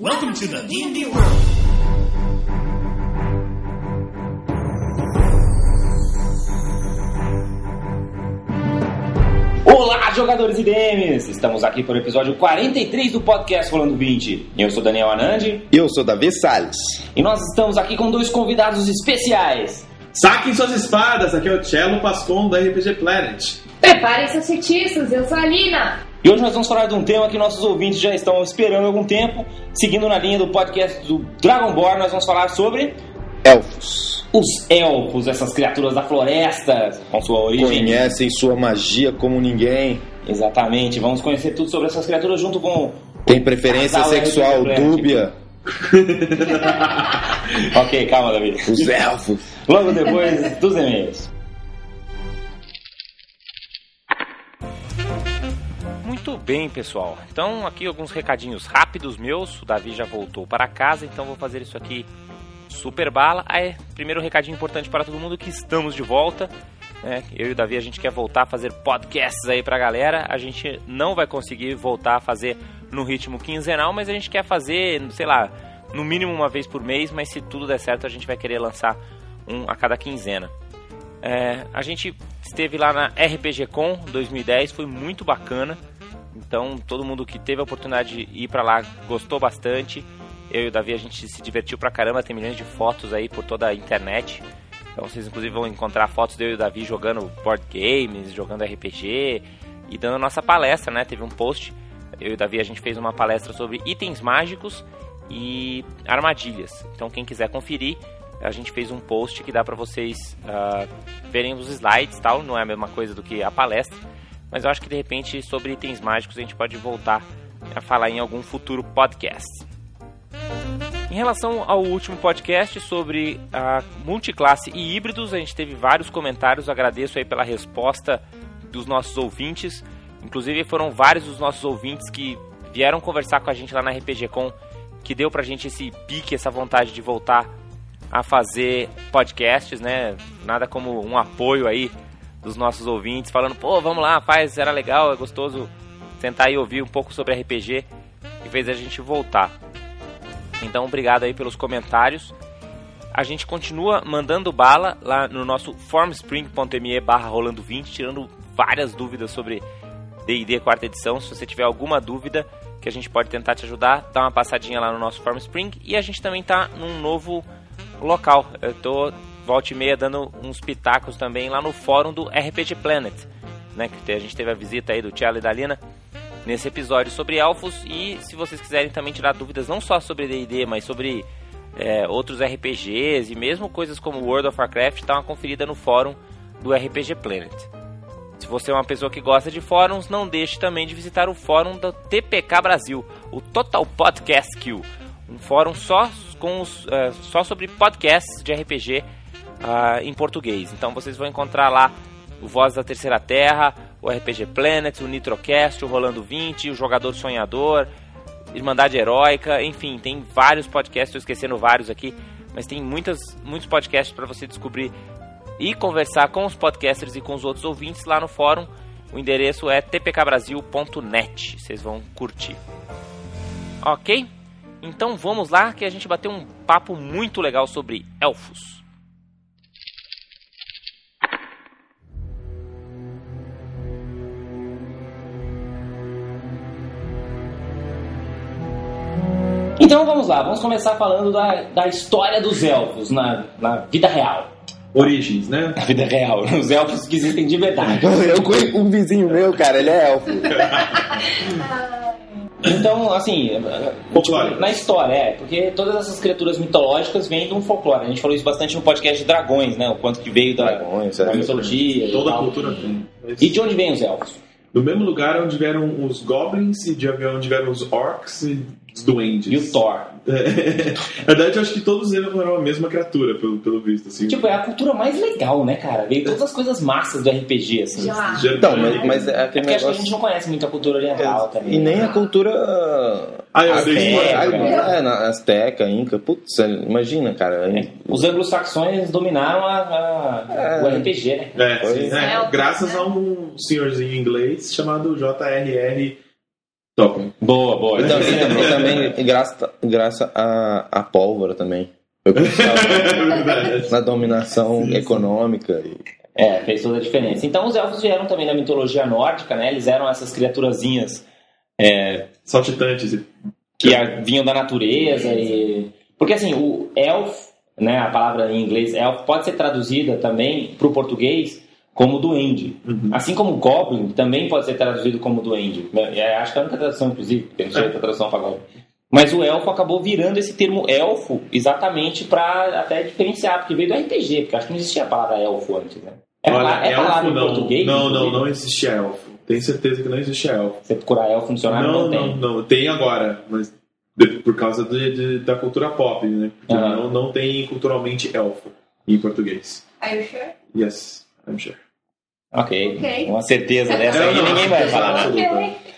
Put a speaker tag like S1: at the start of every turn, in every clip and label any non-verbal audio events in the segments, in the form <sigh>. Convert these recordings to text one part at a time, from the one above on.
S1: Welcome to the D&D world.
S2: Olá, jogadores e DMs! Estamos aqui para o episódio 43 do podcast Rolando 20. Eu sou Daniel Anandi
S3: Eu sou Davi Salles.
S2: e nós estamos aqui com dois convidados especiais.
S4: Saquem suas espadas, aqui é o Cello Pascon da RPG Planet.
S5: Preparem seus feitiços, eu sou a Lina.
S2: E hoje nós vamos falar de um tema que nossos ouvintes já estão esperando há algum tempo. Seguindo na linha do podcast do Dragonborn, nós vamos falar sobre
S3: Elfos
S2: os elfos, essas criaturas da floresta, com sua origem.
S3: conhecem sua magia como ninguém.
S2: Exatamente, vamos conhecer tudo sobre essas criaturas junto com. <laughs>
S3: Tem preferência
S2: Casal
S3: sexual
S2: LGBT,
S3: dúbia.
S2: <laughs> Ok, calma, David.
S3: Os elfos.
S2: Logo depois dos e-mails.
S6: Muito bem, pessoal. Então, aqui alguns recadinhos rápidos meus. O Davi já voltou para casa, então vou fazer isso aqui super bala. Ah, é, primeiro recadinho importante para todo mundo que estamos de volta. né? eu e o Davi, a gente quer voltar a fazer podcasts aí pra galera. A gente não vai conseguir voltar a fazer no ritmo quinzenal, mas a gente quer fazer, sei lá, no mínimo uma vez por mês, mas se tudo der certo, a gente vai querer lançar um a cada quinzena. É, a gente esteve lá na RPGcon 2010, foi muito bacana. Então, todo mundo que teve a oportunidade de ir pra lá gostou bastante. Eu e o Davi, a gente se divertiu pra caramba, tem milhões de fotos aí por toda a internet. Então, vocês inclusive vão encontrar fotos de eu e o Davi jogando board games, jogando RPG e dando a nossa palestra, né? Teve um post. Eu e o Davi, a gente fez uma palestra sobre itens mágicos e armadilhas. Então, quem quiser conferir, a gente fez um post que dá pra vocês ah, verem os slides e tal. Não é a mesma coisa do que a palestra. Mas eu acho que de repente sobre itens mágicos a gente pode voltar a falar em algum futuro podcast. Em relação ao último podcast sobre a multiclasse e híbridos, a gente teve vários comentários. Agradeço aí pela resposta dos nossos ouvintes. Inclusive foram vários dos nossos ouvintes que vieram conversar com a gente lá na RPGcon, que deu pra gente esse pique, essa vontade de voltar a fazer podcasts, né? Nada como um apoio aí dos nossos ouvintes, falando, pô, vamos lá, faz, era legal, é gostoso sentar e ouvir um pouco sobre RPG, e fez a gente voltar. Então, obrigado aí pelos comentários. A gente continua mandando bala lá no nosso formspring.me barra rolando 20, tirando várias dúvidas sobre D&D quarta edição. Se você tiver alguma dúvida que a gente pode tentar te ajudar, dá uma passadinha lá no nosso Formspring. E a gente também tá num novo local. Eu tô volta e meia dando uns pitacos também lá no fórum do RPG Planet, né? Que te- a gente teve a visita aí do Thiago e da Lina nesse episódio sobre elfos e se vocês quiserem também tirar dúvidas não só sobre D&D, mas sobre é, outros RPGs e mesmo coisas como World of Warcraft, dá uma conferida no fórum do RPG Planet. Se você é uma pessoa que gosta de fóruns, não deixe também de visitar o fórum do TPK Brasil, o Total Podcast Kill, um fórum só com os, eh, só sobre podcasts de RPG ah, em português. Então vocês vão encontrar lá o Voz da Terceira Terra, o RPG Planet, o Nitrocast, o Rolando 20, o Jogador Sonhador, Irmandade Heróica, enfim, tem vários podcasts, tô esquecendo vários aqui, mas tem muitas, muitos podcasts para você descobrir e conversar com os podcasters e com os outros ouvintes lá no fórum. O endereço é tpkbrasil.net. Vocês vão curtir. Ok? Então vamos lá que a gente bateu um papo muito legal sobre elfos.
S2: Então vamos lá, vamos começar falando da, da história dos elfos na, na vida real.
S4: Origens, né?
S2: Na vida real, <laughs> os elfos que existem de verdade.
S3: <laughs> Eu conheço um vizinho meu, cara, ele é elfo.
S2: Então, assim,
S4: Folclore.
S2: na história, é, porque todas essas criaturas mitológicas vêm de um folclore. A gente falou isso bastante no podcast de dragões, né? O quanto que veio da,
S3: Dragões,
S2: da
S3: é.
S2: mitologia. e
S4: Toda a
S2: tal.
S4: cultura tem.
S2: E de onde vêm os elfos?
S4: Do mesmo lugar onde vieram os goblins e de onde vieram os orcs e os duendes.
S2: E
S4: <laughs>
S2: o Thor.
S4: É. Na verdade, eu acho que todos eles eram a mesma criatura, pelo, pelo visto, assim.
S2: Tipo, é a cultura mais legal, né, cara? Veio todas as coisas massas do RPG, assim.
S5: Já lá.
S4: Geralmente-
S3: Então, mas, mas é
S2: É porque
S3: aquele
S2: acho que a
S3: negócio...
S2: gente não conhece muito a cultura oriental também.
S3: E nem a cultura...
S4: Ah, eu dei
S2: Azteca.
S3: Azteca,
S4: spoiler.
S3: é, na- Azteca, Inca, putz, imagina, cara.
S2: Os anglo-saxões dominaram a, a-
S3: É.
S2: o RPG, né?
S4: É, sim,
S3: Pois
S4: né?
S5: é.
S4: Graças a um senhorzinho inglês chamado J.R.R. Topa.
S6: Boa, boa.
S3: E
S6: Então,
S3: também, e também graça, graça a, a pólvora também. Eu pensava
S4: <laughs> É verdade.
S3: na dominação econômica. e-
S6: É, fez toda a diferença. Então os elfos vieram também da mitologia nórdica, né? Eles eram essas criaturazinhas
S4: Saltitantes. e-
S6: que a- vinham da natureza e... Porque assim, o elf, né, a palavra em inglês elf, pode ser traduzida também para o português como duende.
S4: Uhum.
S6: Assim como goblin também pode ser traduzido como duende. né? E Acho que é a única tradução, inclusive, que tem jeito de tradução para goblin. Mas o elfo acabou virando esse termo elfo exatamente para até diferenciar, porque veio do RPG, porque acho que não existia a palavra elfo antes, né? É, pala-
S4: Olha,
S6: é palavra
S4: elfo
S6: em
S4: não.
S6: português?
S4: Não, não,
S6: inclusive?
S4: não existe elfo. Tenho certeza que não existe elfo.
S6: Você procurar elfo no dicionário, Então não,
S4: não,
S6: tem.
S4: não, não. Tem agora, mas de- por causa de- de- da cultura pop, né? Porque
S6: Aham.
S4: não, não tem culturalmente elfo em português.
S5: Are you sure?
S4: Yes, I'm sure.
S6: Ok.
S5: Ok.
S6: Uma certeza dessa aí
S4: Não, não,
S6: ninguém vai
S4: certeza
S6: falar.
S4: absoluta.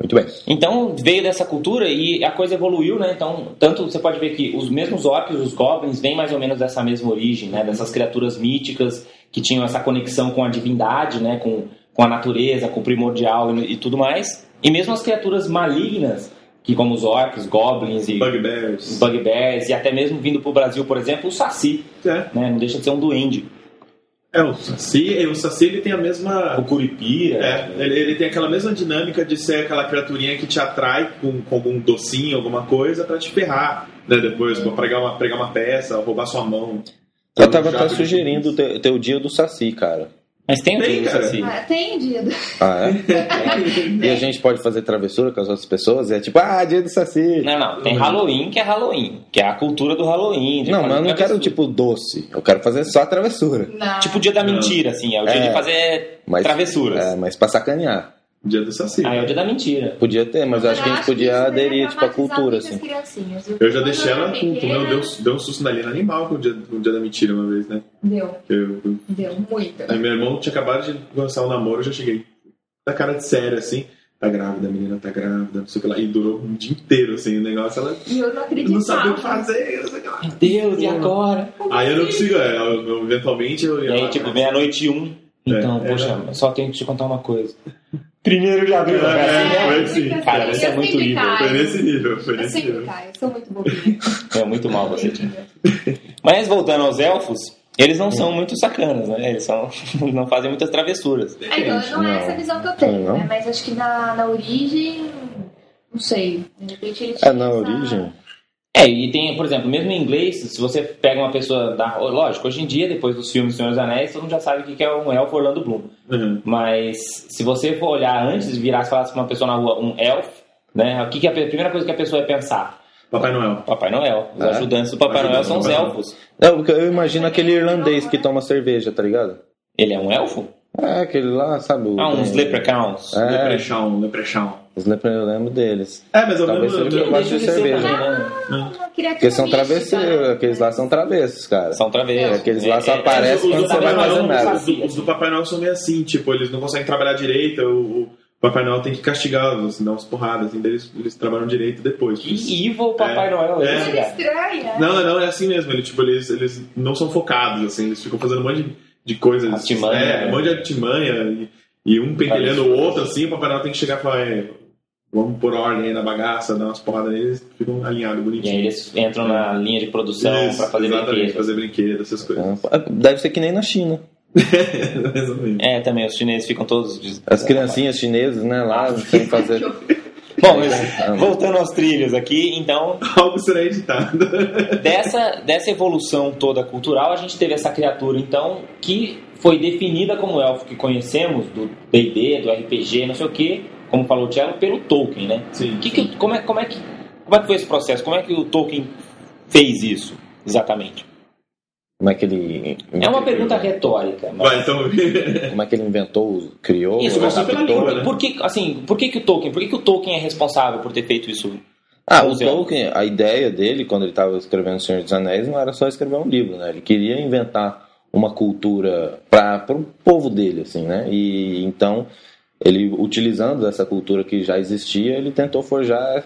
S3: Muito bem.
S6: Então veio dessa cultura e a coisa evoluiu, né? Então, tanto você pode ver que os mesmos orcs, os goblins, vêm mais ou menos dessa mesma origem, né? Dessas criaturas míticas que tinham essa conexão com a divindade, né? Com, com a natureza, com o primordial e, e tudo mais. E mesmo as criaturas malignas, que como os orcs, goblins e os
S4: Bugbears.
S6: bugbears, e até mesmo vindo pro Brasil, por exemplo, o saci,
S4: É,
S6: né? Não deixa de ser um duende.
S4: é o Saci. e O Saci ele tem a mesma.
S6: O curipira.
S4: É, ele, ele tem aquela mesma dinâmica de ser aquela criaturinha que te atrai com, com algum docinho, alguma coisa, pra te ferrar, né? Depois, pra pregar uma, pregar uma peça, roubar sua mão.
S3: Eu tava até
S4: Já-
S3: sugerindo o teu, teu dia do Saci, cara.
S6: Mas tem o
S4: Tem,
S6: dia do
S4: cara.
S6: saci.
S5: Ah, tem dito.
S3: Ah, é? e a gente pode fazer travessura com as outras pessoas? É tipo, ah, dia do Saci.
S6: Não, não. Tem Halloween que é Halloween, que é a cultura do Halloween. de
S3: Não,
S6: fazer
S3: mas eu não quero,
S6: travessura.
S3: tipo, doce. Eu quero fazer só travessura.
S5: Não.
S6: Tipo o dia da
S4: Não.
S6: mentira, assim. É o dia
S3: É.
S6: de fazer
S3: Mas,
S6: travessuras.
S3: É, mas pra sacanear.
S4: <laughs> Dia do Saci.
S6: Ah, é o dia da mentira.
S3: Podia ter, mas eu acho que a gente podia aderir, tipo, à cultura, assim.
S5: assim.
S4: Eu já deixei ela culto, né? Eu dei um- dei um susto na Lina animal com o dia, com o dia da mentira uma vez, né?
S5: Deu,
S4: Eu, eu-
S5: deu, muito.
S4: aí meu irmão tinha acabado de lançar o namoro, eu já cheguei na cara de sério, assim. Tá grávida, a menina tá grávida, não sei o que lá. E durou um dia inteiro, assim, o negócio. Ela
S5: E eu não acreditava.
S4: não sabia o que fazer, não sei o que lá.
S6: Meu Deus, e agora?
S4: Aí eu não consigo, é, eu- eu- eventualmente eu
S6: E
S4: ia lá
S6: aí, tipo,
S4: atrás.
S6: vem a noite um. Então,
S4: É,
S6: poxa,
S4: é.
S6: eu só tenho que te contar uma
S4: <laughs>
S6: coisa. Primeiro de abril, cara,
S4: É,
S6: assim,
S4: foi assim.
S6: Cara, você é
S5: Eu
S6: muito
S5: sempre
S6: líder.
S5: caio.
S4: Foi nesse nível, foi
S5: Eu
S4: nesse
S5: sempre
S4: nível.
S5: caio, eu sou muito bobinha.
S6: né? É muito mal você.
S4: <laughs>
S6: Mas voltando aos elfos, eles não são muito sacanas, né? Eles são, <laughs> não fazem muitas travessuras.
S5: Ah, então, não, é
S3: Não.
S5: essa visão que eu tenho,
S3: Não.
S5: né? Mas acho que na, na origem, não sei. De repente
S4: É,
S5: ele
S3: Ah,
S5: tinha
S3: na
S5: essa-
S3: origem?
S6: É, e tem, por exemplo, mesmo em inglês, se você pega uma pessoa da. Lógico, hoje em dia, depois dos filmes Senhor dos Anéis, todo mundo já sabe o que que é um elfo Orlando Bloom.
S4: Uhum.
S6: Mas se você for olhar antes de virar e falar pra uma pessoa na rua, um elf, né? O que, que a pe- a primeira coisa que a pessoa vai pensar?
S4: Papai Noel.
S6: Papai Noel. Os
S3: É?
S6: ajudantes do Papai Noel
S4: Ajudantes
S6: são
S4: do
S6: os
S4: Papai
S6: elfos.
S3: Não, porque eu imagino aquele irlandês que toma cerveja, tá ligado?
S6: Ele é um elfo?
S3: É, aquele lá, sabe? O,
S6: Ah, uns leprechauns.
S3: É.
S4: Leprechaun, Leprechaun.
S3: os lepre- eu lembro deles.
S4: É, mas eu
S3: Talvez
S4: lembro.
S3: seja
S4: eu-
S3: eu gosto de
S6: Deixa eu
S3: cerveja.
S6: dizer também, né?
S5: Uma criatura
S3: Porque são
S5: mística,
S3: travesseiros,
S5: né?
S3: aqueles lá são travessos, cara.
S6: São travessos.
S3: É, aqueles lá só
S6: É, é,
S3: aparecem
S6: os
S3: quando
S6: do
S3: você vai
S6: Papai
S3: fazer
S6: Noel não
S3: nada.
S4: Os do, assim. os do Papai Noel são meio assim, tipo, eles não conseguem trabalhar direito, o, o Papai Noel tem que castigá-los, assim, dar umas porradas, assim, daí eles, eles trabalham direito depois.
S6: Que evil Papai Noel é
S4: É.
S6: esse,
S5: Coisa
S6: cara?
S5: estranha.
S4: Não, não, é assim mesmo, eles, tipo, eles, eles não são focados, assim, eles ficam fazendo um monte de, de coisas.
S6: Artimanha,
S4: É,
S6: né?
S4: um monte de artimanha, e, e um pentelhando o outro, assim, o Papai Noel tem que chegar e falar, é, vamos por ordem aí na bagaça, dar umas porradas neles, ficam alinhados,
S6: E aí
S4: bonitinhos.
S6: eles entram na linha de produção
S4: Isso,
S6: pra fazer
S4: exatamente,
S6: brinquedo. Então,
S4: fazer brinquedo, essas coisas. <laughs>
S3: Ah, Deve ser que nem na China.
S4: Mais ou menos.
S6: É, também, os chineses ficam todos... des-
S3: As criancinhas chinesas, né,
S6: Ah,
S3: lá, sem fazer.
S6: Bom, mas <laughs> voltando aos trilhos aqui, então,
S4: Algo será editado.
S6: dessa, dessa evolução toda cultural, a gente teve essa criatura, então, que foi definida como elfo que conhecemos, do D&D, do RPG, não sei o que, como falou o Cello, pelo Tolkien, né?
S4: Sim.
S6: O que que- como, é, como, é que, como é que foi esse processo? Como é que o Tolkien fez isso, exatamente?
S3: Como é que ele.
S6: É uma pergunta retórica, mas...
S4: Vai, então.
S3: Como é que ele inventou, criou,
S6: Isso, mas é
S4: pela
S3: adaptou,
S4: língua,
S3: né?
S4: né?
S6: por que, assim, por que, que o Tolkien, por que, que o Tolkien é responsável por ter feito isso?
S3: Ah, o
S6: Ou seja,
S3: Tolkien, a ideia dele, quando ele estava escrevendo O Senhor dos Anéis, não era só escrever um livro, né? Ele queria inventar uma cultura para o povo dele, assim, né? E então, ele, utilizando essa cultura que já existia, ele tentou forjar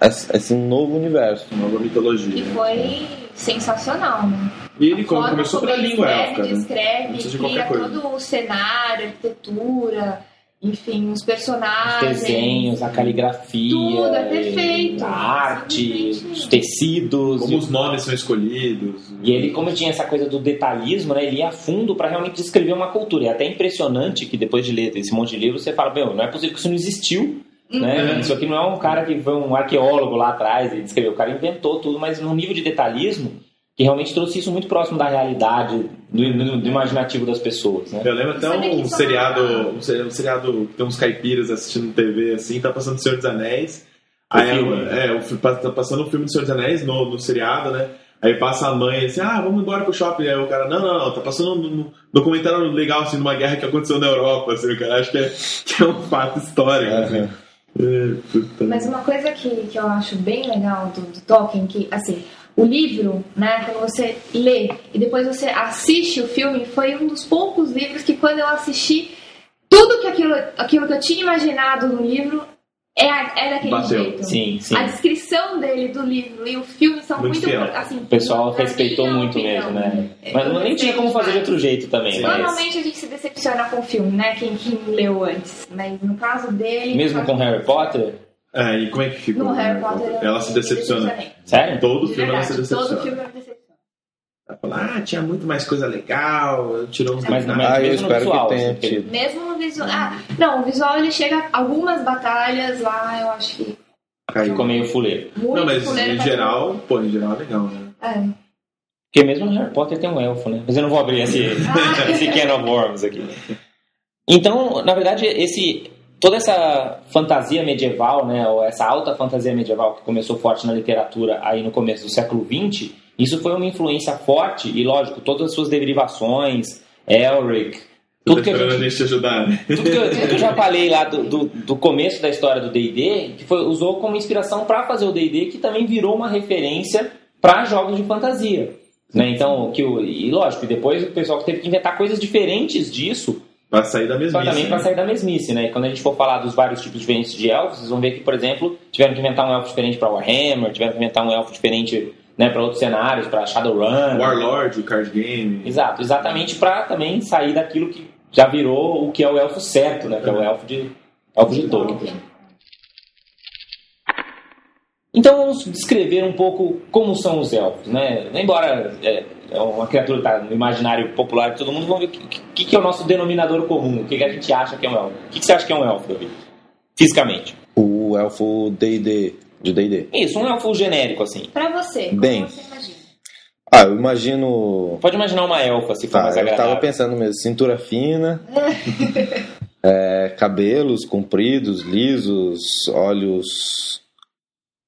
S3: esse, esse novo universo.
S6: é
S4: Nova
S5: Que
S4: mitologia. né?
S5: foi sensacional, né?
S4: E ele
S5: Forma
S4: começou
S5: como
S4: pela
S5: ele
S4: língua né?
S5: escreve,
S4: élfica, né?
S5: descreve,
S4: Antes de
S5: cria
S4: qualquer coisa.
S5: todo o cenário, arquitetura, enfim, os personagens.
S6: desenhos, a caligrafia,
S5: Ah, Tudo, é perfeito.
S6: a arte,
S5: Simplesmente.
S6: os tecidos.
S4: Como os nomes são escolhidos.
S6: E ele, como tinha essa coisa do detalhismo, né, ele ia a fundo para realmente descrever uma cultura. E é até impressionante que depois de ler esse monte de livro, você fala, meu, não é possível que isso não existiu. Né?
S4: Uhum.
S6: Isso aqui não é um cara que foi um arqueólogo lá atrás e descreveu. O cara inventou tudo, mas num nível de detalhismo que realmente trouxe isso muito próximo da realidade, do, do- do imaginativo das pessoas. Né?
S4: Eu lembro até
S5: Sabe
S4: um
S5: que só-
S4: seriado, um se- um seriado que tem uns caipiras assistindo TV assim, tá passando Senhor dos Anéis.
S6: O
S4: Aí
S6: filme. né?
S4: ela- é, o fi- pa- tá passando o filme do Senhor dos Anéis no, no seriado, né? Aí passa a mãe assim, ah, vamos embora pro shopping. Aí o cara, não, não, não, tá passando um um documentário legal assim, de uma guerra que aconteceu na Europa, assim, o cara acho que é, <laughs> que é um fato histórico,
S6: É,
S4: assim.
S3: Aham.
S4: É, puta.
S5: Mas uma coisa que, que eu acho bem legal do, do Tolkien, que, assim, o livro, né, quando você lê e depois você assiste o filme, foi um dos poucos livros que quando eu assisti, tudo que aquilo, aquilo que eu tinha imaginado no livro é, a- é daquele
S4: Bateu.
S5: jeito.
S6: Sim, sim.
S5: A descrição dele do livro e o filme são
S4: Muito
S5: muito,
S4: fiel.
S5: assim.
S6: O pessoal
S5: na
S6: respeitou
S5: minha
S6: muito
S5: opinião.
S6: mesmo, né?
S5: É,
S6: Mas
S5: eu
S6: não nem tinha como fazer de
S5: respeito
S6: outro jeito também,
S4: Sim.
S6: mas...
S5: Normalmente a gente se decepciona com o filme, né? Quem, quem leu antes. Mas no caso dele.
S6: Mesmo com Harry Potter?
S4: É, e como é que ficou?
S5: No
S4: né?
S5: Harry Potter. eu
S4: Ela se
S5: me
S4: decepciona.
S5: decepcionei.
S6: Sério?
S4: Todo
S5: De
S4: filme ela se
S5: verdade,
S4: decepciona.
S5: Todo filme eu me decepciono.
S4: Ela fala, ah, tinha muito mais coisa legal, tirou uns
S6: Mas-
S4: detalhes."
S6: mas-
S3: Ah, eu
S6: mesmo no
S3: espero
S6: visual,
S3: que tenha
S6: assim,
S3: tido.
S5: Mesmo no visual. Ah, não, o visual ele chega. Algumas batalhas lá, eu acho que.
S4: Caiu.
S6: Ficou meio fuleiro.
S5: Muito
S4: Não, mas
S5: fuleiro
S4: em
S5: pra
S4: geral, pô, em geral é legal, né?
S5: mim. É.
S6: Porque mesmo no Harry Potter tem um elfo, né? Mas eu não vou abrir esse, <laughs>
S5: Ah.
S6: esse Can of Worms aqui. Então, na verdade, esse toda essa fantasia medieval, né, ou essa alta fantasia medieval que começou forte na literatura aí no começo do século XX, isso foi uma influência forte e, lógico, todas as suas derivações, Elric,
S4: Tô
S6: tudo que a
S4: tentando
S6: gente
S4: a gente te ajudar, né?
S6: tudo que eu, tudo que eu já falei lá do, do, do começo da história do D&D, que foi, usou como inspiração para fazer o D&D, que também virou uma referência para jogos de fantasia. Né? Então, que o, e lógico, depois o pessoal teve que inventar coisas diferentes disso
S4: Pra sair da mesmice.
S6: pra também para sair da mesmice. Né? E quando a gente for falar dos vários tipos diferentes de elfos, vocês vão ver que, por exemplo, tiveram que inventar um elfo diferente para Warhammer, tiveram que inventar um elfo diferente né, para outros cenários, para Shadowrun.
S4: Warlord, o card game.
S6: Exato, exatamente para também sair daquilo que já virou o que é o elfo certo, né? Que é o elfo de elfo de Tolkien. Então vamos descrever um pouco como são os elfos, né? Embora é, é uma criatura que tá no imaginário popular de todo mundo, vamos ver o que, que- que é o nosso denominador comum, o que, que a gente acha que é um elfo. O que, que você acha que é um elfo, Davi? Fisicamente.
S3: O elfo D&D, de D&D.
S6: Isso, um elfo genérico, assim.
S5: Pra você, como
S3: Bem.
S5: você imagina?
S3: Ah, eu imagino
S6: Pode imaginar uma elfa, se for
S3: Tá,
S6: mais
S3: eu
S6: agradável.
S3: tava pensando mesmo,
S6: <laughs>
S3: cintura fina, é, cabelos compridos, lisos, olhos.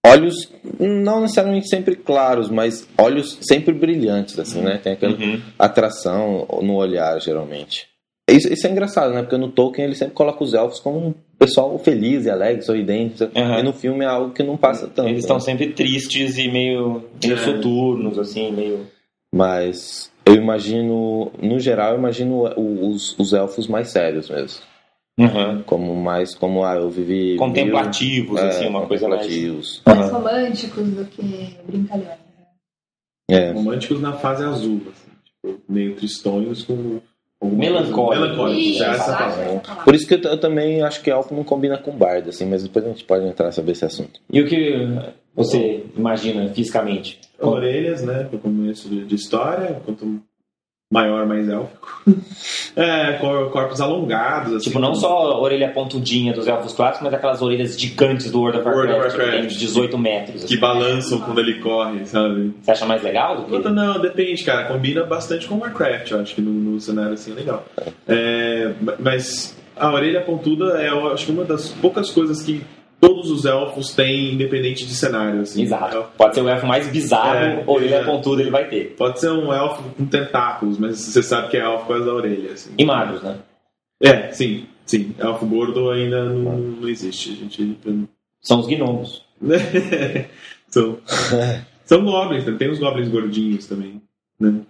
S3: Olhos não necessariamente sempre claros, mas olhos sempre brilhantes, assim, né? Tem aquela
S6: Uhum.
S3: atração no olhar, geralmente. Isso, isso é engraçado, né? Porque no Tolkien ele sempre coloca os elfos como um pessoal feliz e alegre, sorridente.
S6: Aham.
S3: E no filme é algo que não passa tanto.
S6: Eles estão
S3: né?
S6: sempre tristes e meio, meio
S4: É.
S6: soturnos, assim, meio...
S3: Mas eu imagino, no geral, eu imagino o- os- os elfos mais sérios mesmo.
S6: Uhum.
S3: como mais como ah, eu vivi
S6: contemplativos,
S3: mil-
S6: assim,
S3: é,
S6: uma coisa mais.
S3: contemplativos.
S5: Mais românticos do que brincalhões.
S3: É.
S4: Românticos na fase azul, assim, tipo, meio tristonhos com. alguma
S6: Melancólicos.
S4: coisa- Melancólicos,
S5: Isso,
S4: já é
S5: acho
S4: essa
S5: essa
S4: palavra.
S5: palavra.
S3: Por isso que eu, t- eu também acho que elfo não combina com bardo, assim, mas depois a gente pode entrar sobre esse assunto.
S6: E o que você imagina fisicamente?
S4: Orelhas, né? Pro começo de, de história, quanto maior, mais élfico. <laughs> é, cor- corpos alongados, assim.
S6: Tipo, não
S4: com-
S6: só a orelha pontudinha dos elfos clássicos, mas aquelas orelhas gigantes do World of
S4: World
S6: Warcraft,
S4: of
S6: tipo,
S4: Warcraft.
S6: de 18 metros.
S4: Que
S6: assim.
S4: balançam quando ele corre, sabe?
S6: Você acha mais legal do
S4: Puta,
S6: que?
S4: não, depende, cara. Combina bastante com Warcraft, eu acho que no, no cenário assim é legal. É, ma- mas a orelha pontuda é, eu acho, que uma das poucas coisas que todos os elfos têm, independente de cenário. Assim,
S6: Exato.
S4: É,
S6: Pode ser o elfo mais bizarro,
S4: É,
S6: orelha
S4: é.
S6: pontuda ele vai ter.
S4: Pode ser um elfo com tentáculos, mas você sabe que é elfo por causa da orelha. Assim.
S6: E magros, né?
S4: É, sim, sim. Elfo gordo ainda não, não existe. A gente.
S6: São os gnomos.
S4: <laughs> São, são goblins, né? tem os goblins gordinhos também. Né?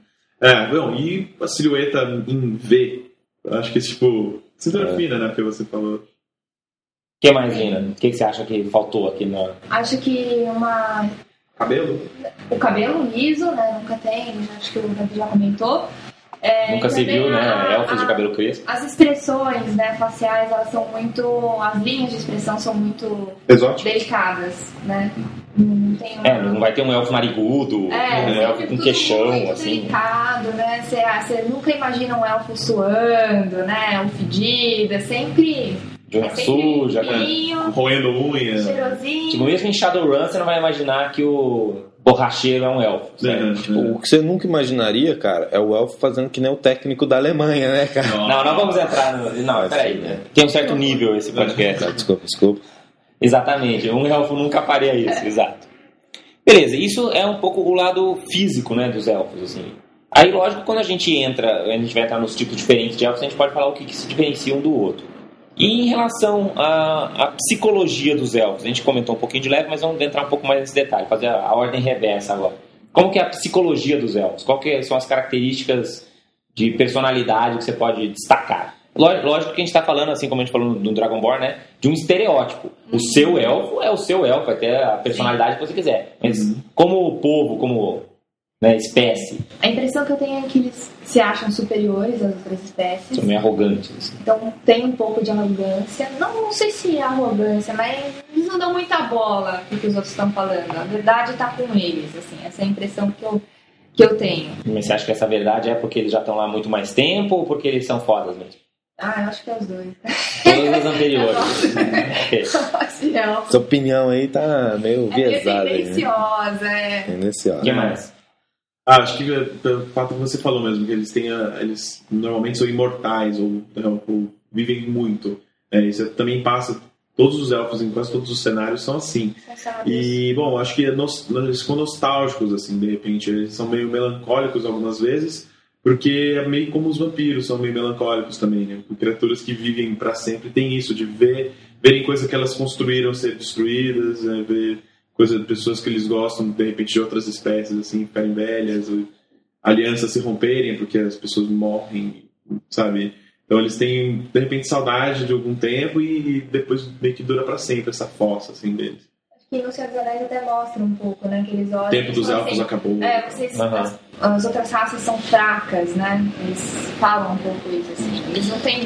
S4: É, bom, e a silhueta em V? Eu Acho que é tipo. Cintura
S3: É.
S4: fina, né? Porque você falou.
S6: O que mais, Lina? O que que você acha que faltou aqui na.
S5: Acho que uma
S4: Cabelo?
S5: o cabelo liso, né? Nunca tem, acho que o Davi já comentou. É,
S6: Nunca
S5: e
S6: se
S5: também
S6: viu,
S5: a-
S6: né? Elfas de
S5: a-
S6: cabelo crespo.
S5: As expressões né, faciais, elas são muito. As linhas de expressão são muito
S4: Exótico.
S5: delicadas, né? Não tem uma.
S6: É, não vai ter um elfo narigudo,
S5: É,
S6: um
S5: sempre
S6: elfo com
S5: tudo
S6: queixão,
S5: muito
S6: assim.
S5: Delicado, né? Você, você nunca imagina um elfo suando, né? Um fedido, é sempre.
S6: De unha
S5: é sempre
S6: suja, com
S5: limpinho,
S4: Roendo unha.
S5: cheirosinho.
S6: Tipo, mesmo em Shadowrun, você não vai imaginar que o borracheiro é um elfo. sabe?
S4: É,
S3: Tipo, o que você nunca imaginaria, cara, é o Elfo fazendo que nem o técnico da Alemanha, né, cara? <laughs>
S6: Não, não vamos entrar no. Não, peraí. né? Tem um certo nível esse podcast.
S3: Tá, Desculpa, desculpa.
S6: Exatamente, um elfo nunca faria isso, exato. Beleza, isso é um pouco o lado físico, né, dos elfos, assim. Aí, lógico, quando a gente entra, a gente vai entrar nos tipos diferentes de elfos, a gente pode falar o que, que se diferencia um do outro. E em relação à, à psicologia dos elfos, a gente comentou um pouquinho de leve, mas vamos entrar um pouco mais nesse detalhe, fazer a, a ordem reversa agora. Como que é a psicologia dos elfos? Qual que são as características de personalidade que você pode destacar? Ló- Lógico que a gente está falando, assim como a gente falou no Dragonborn, né? De um estereótipo. O seu elfo é o seu elfo, até a personalidade que você quiser. Mas como povo, como né, espécie,
S5: A impressão que eu tenho é que eles se acham superiores às outras espécies.
S6: são meio arrogantes. assim.
S5: Então tem um pouco de arrogância. Não, não sei se é arrogância, mas eles não dão muita bola pro que os outros estão falando. A verdade tá com eles, assim. Essa é a impressão que eu, que eu tenho.
S6: Mas você acha que essa verdade é porque eles já estão lá há muito mais tempo ou porque eles são fodas mesmo?
S5: Ah, eu acho que é os dois. <laughs>
S6: Todas as anteriores. Ok.
S5: Acho que é o-
S3: Essa opinião aí tá meio
S5: é meio
S3: viesada. aí, né?
S5: tendenciosa, é.
S6: O
S3: Tendenciosa.
S6: que mais?
S4: Ah, acho que é, pelo fato que você falou mesmo, que eles têm a- eles normalmente são imortais ou, né, ou vivem muito. É, isso também passa. Todos os elfos em quase todos os cenários são assim.
S5: São sábios.
S4: E, bom, acho que é nos- eles ficam nostálgicos, assim, de repente. Eles são meio melancólicos algumas vezes, porque é meio como os vampiros são meio melancólicos também, né? Criaturas que vivem para sempre têm isso, de ver, verem coisas que elas construíram ser destruídas, né? ver coisas de pessoas que eles gostam, de repente, de outras espécies, assim, ficarem velhas, ou alianças se romperem porque as pessoas morrem, sabe? Então eles têm, de repente, saudade de algum tempo e, e depois meio que dura para sempre essa fossa, assim, deles
S5: Que no Senhor dos Anéis até mostra um pouco, né? Que eles olham.
S4: o tempo
S5: e
S4: dos
S5: falam
S4: elfos
S5: assim,
S4: acabou.
S5: É, vocês,
S6: Aham.
S5: as, Ah, as outras raças são fracas, né? Eles falam um pouco isso, assim. Eles não têm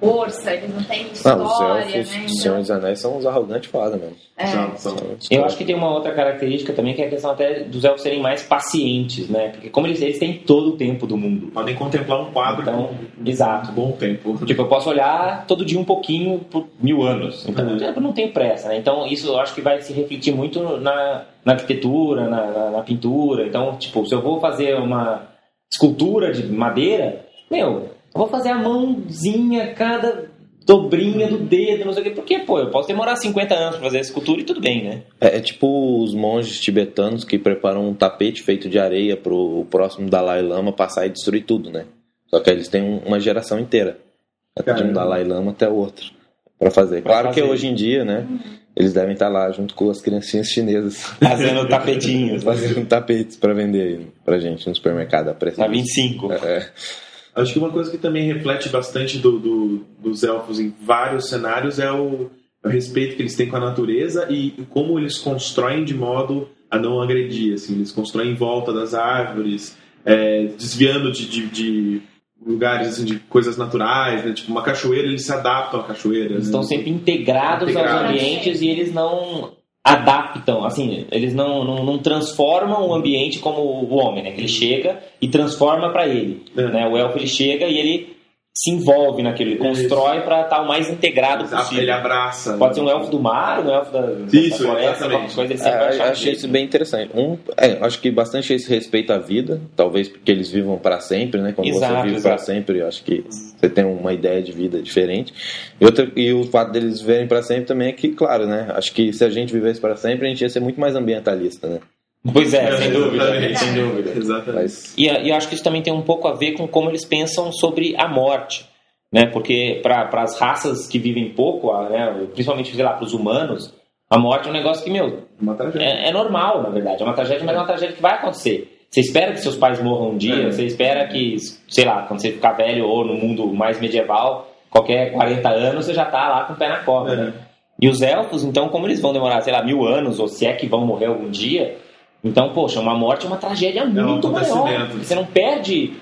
S5: força, eles não têm
S3: Ah,
S5: história,
S3: os elfos,
S5: né?
S3: do Senhor dos Anéis, são os arrogantes foda mesmo.
S5: é,
S4: São- são-
S6: Eu acho que tem uma outra característica também, que é a questão até dos elfos serem mais pacientes, né? Porque como eles, eles têm todo o tempo do mundo.
S4: Podem contemplar um quadro
S6: Então,
S4: com
S6: exato.
S4: um bom tempo.
S6: Tipo, eu posso olhar todo dia um pouquinho por mil anos. Então,
S4: Uhum.
S6: eu não tenho pressa, né? Então, isso eu acho que vai se refletir muito na, na arquitetura, na, na- na pintura. Então, tipo, se eu vou fazer uma escultura de madeira, meu, eu vou fazer a mãozinha, cada dobrinha do dedo, não sei o quê. Porque, pô, eu posso demorar 50 anos pra fazer a escultura e tudo bem, né?
S3: É, é tipo os monges tibetanos que preparam um tapete feito de areia pro próximo Dalai Lama passar e destruir tudo, né? Só que aí eles têm um- uma geração inteira. Até de um
S4: Caramba.
S3: Dalai Lama até outro. Pra fazer.
S6: Pra
S3: claro que
S6: fazer.
S3: hoje em dia, né? Eles devem estar lá junto com as criancinhas chinesas <laughs>
S6: Fazendo tapetinhos né?
S3: fazendo tapetes pra vender aí pra gente no supermercado a preço.
S6: na 25.
S3: É,
S4: Acho que uma coisa que também reflete bastante do- do- dos elfos em vários cenários é o, é o respeito que eles têm com a natureza e como eles constroem de modo a não agredir. Assim, eles constroem em volta das árvores, é, desviando de, de- de lugares assim, de coisas naturais, né? Tipo uma cachoeira, eles se adaptam à cachoeira.
S6: Eles
S4: né?
S6: estão sempre integrados aos
S4: Integrados.
S6: ambientes e eles não adaptam, assim, eles não, não, não transformam o ambiente como o homem, né? Que ele chega e transforma para ele,
S4: É.
S6: né? O elfo ele chega e ele se envolve naquilo, ele
S4: Isso.
S6: constrói para estar o mais integrado
S4: Eles ab- Ele
S6: possível.
S4: abraça. né?
S6: Pode ser um elfo do mar, um elfo da, da
S4: Isso,
S6: floresta,
S4: exatamente.
S6: qualquer coisa, ele sempre vai
S3: é,
S6: achar um
S3: achei
S6: jeito,
S3: isso
S6: né?
S3: bem interessante. Um, é, acho que bastante esse respeito à vida, talvez porque eles vivam pra sempre, né? Quando
S6: Exato,
S3: você vive
S6: exato.
S3: pra sempre, eu acho que você tem uma ideia de vida diferente. E, outra, e o fato deles viverem pra sempre também é que, claro, né? Acho que se a gente vivesse pra sempre, a gente ia ser muito mais ambientalista, né?
S6: Pois é, sem dúvida,
S4: <laughs> Exatamente.
S6: sem dúvida.
S4: Exatamente.
S3: Mas
S6: E a- e eu acho que isso também tem um pouco a ver com como eles pensam sobre a morte. Né? Porque para as raças que vivem pouco, a- né, principalmente sei lá, para os humanos, a morte é um negócio que, meu,
S4: Uma tragédia.
S6: é, é normal, na verdade. É uma tragédia, mas é uma tragédia que vai acontecer. Você espera que seus pais morram um dia,
S4: É.
S6: você espera que, sei lá, quando você ficar velho ou no mundo mais medieval, qualquer 40 anos, você já tá lá com o pé na
S4: É.
S6: cobra, né? E os elfos, então, como eles vão demorar, sei lá, mil anos, ou se é que vão morrer algum dia, então, poxa, uma morte é uma tragédia muito maior.
S4: um acontecimento.
S6: Você não perde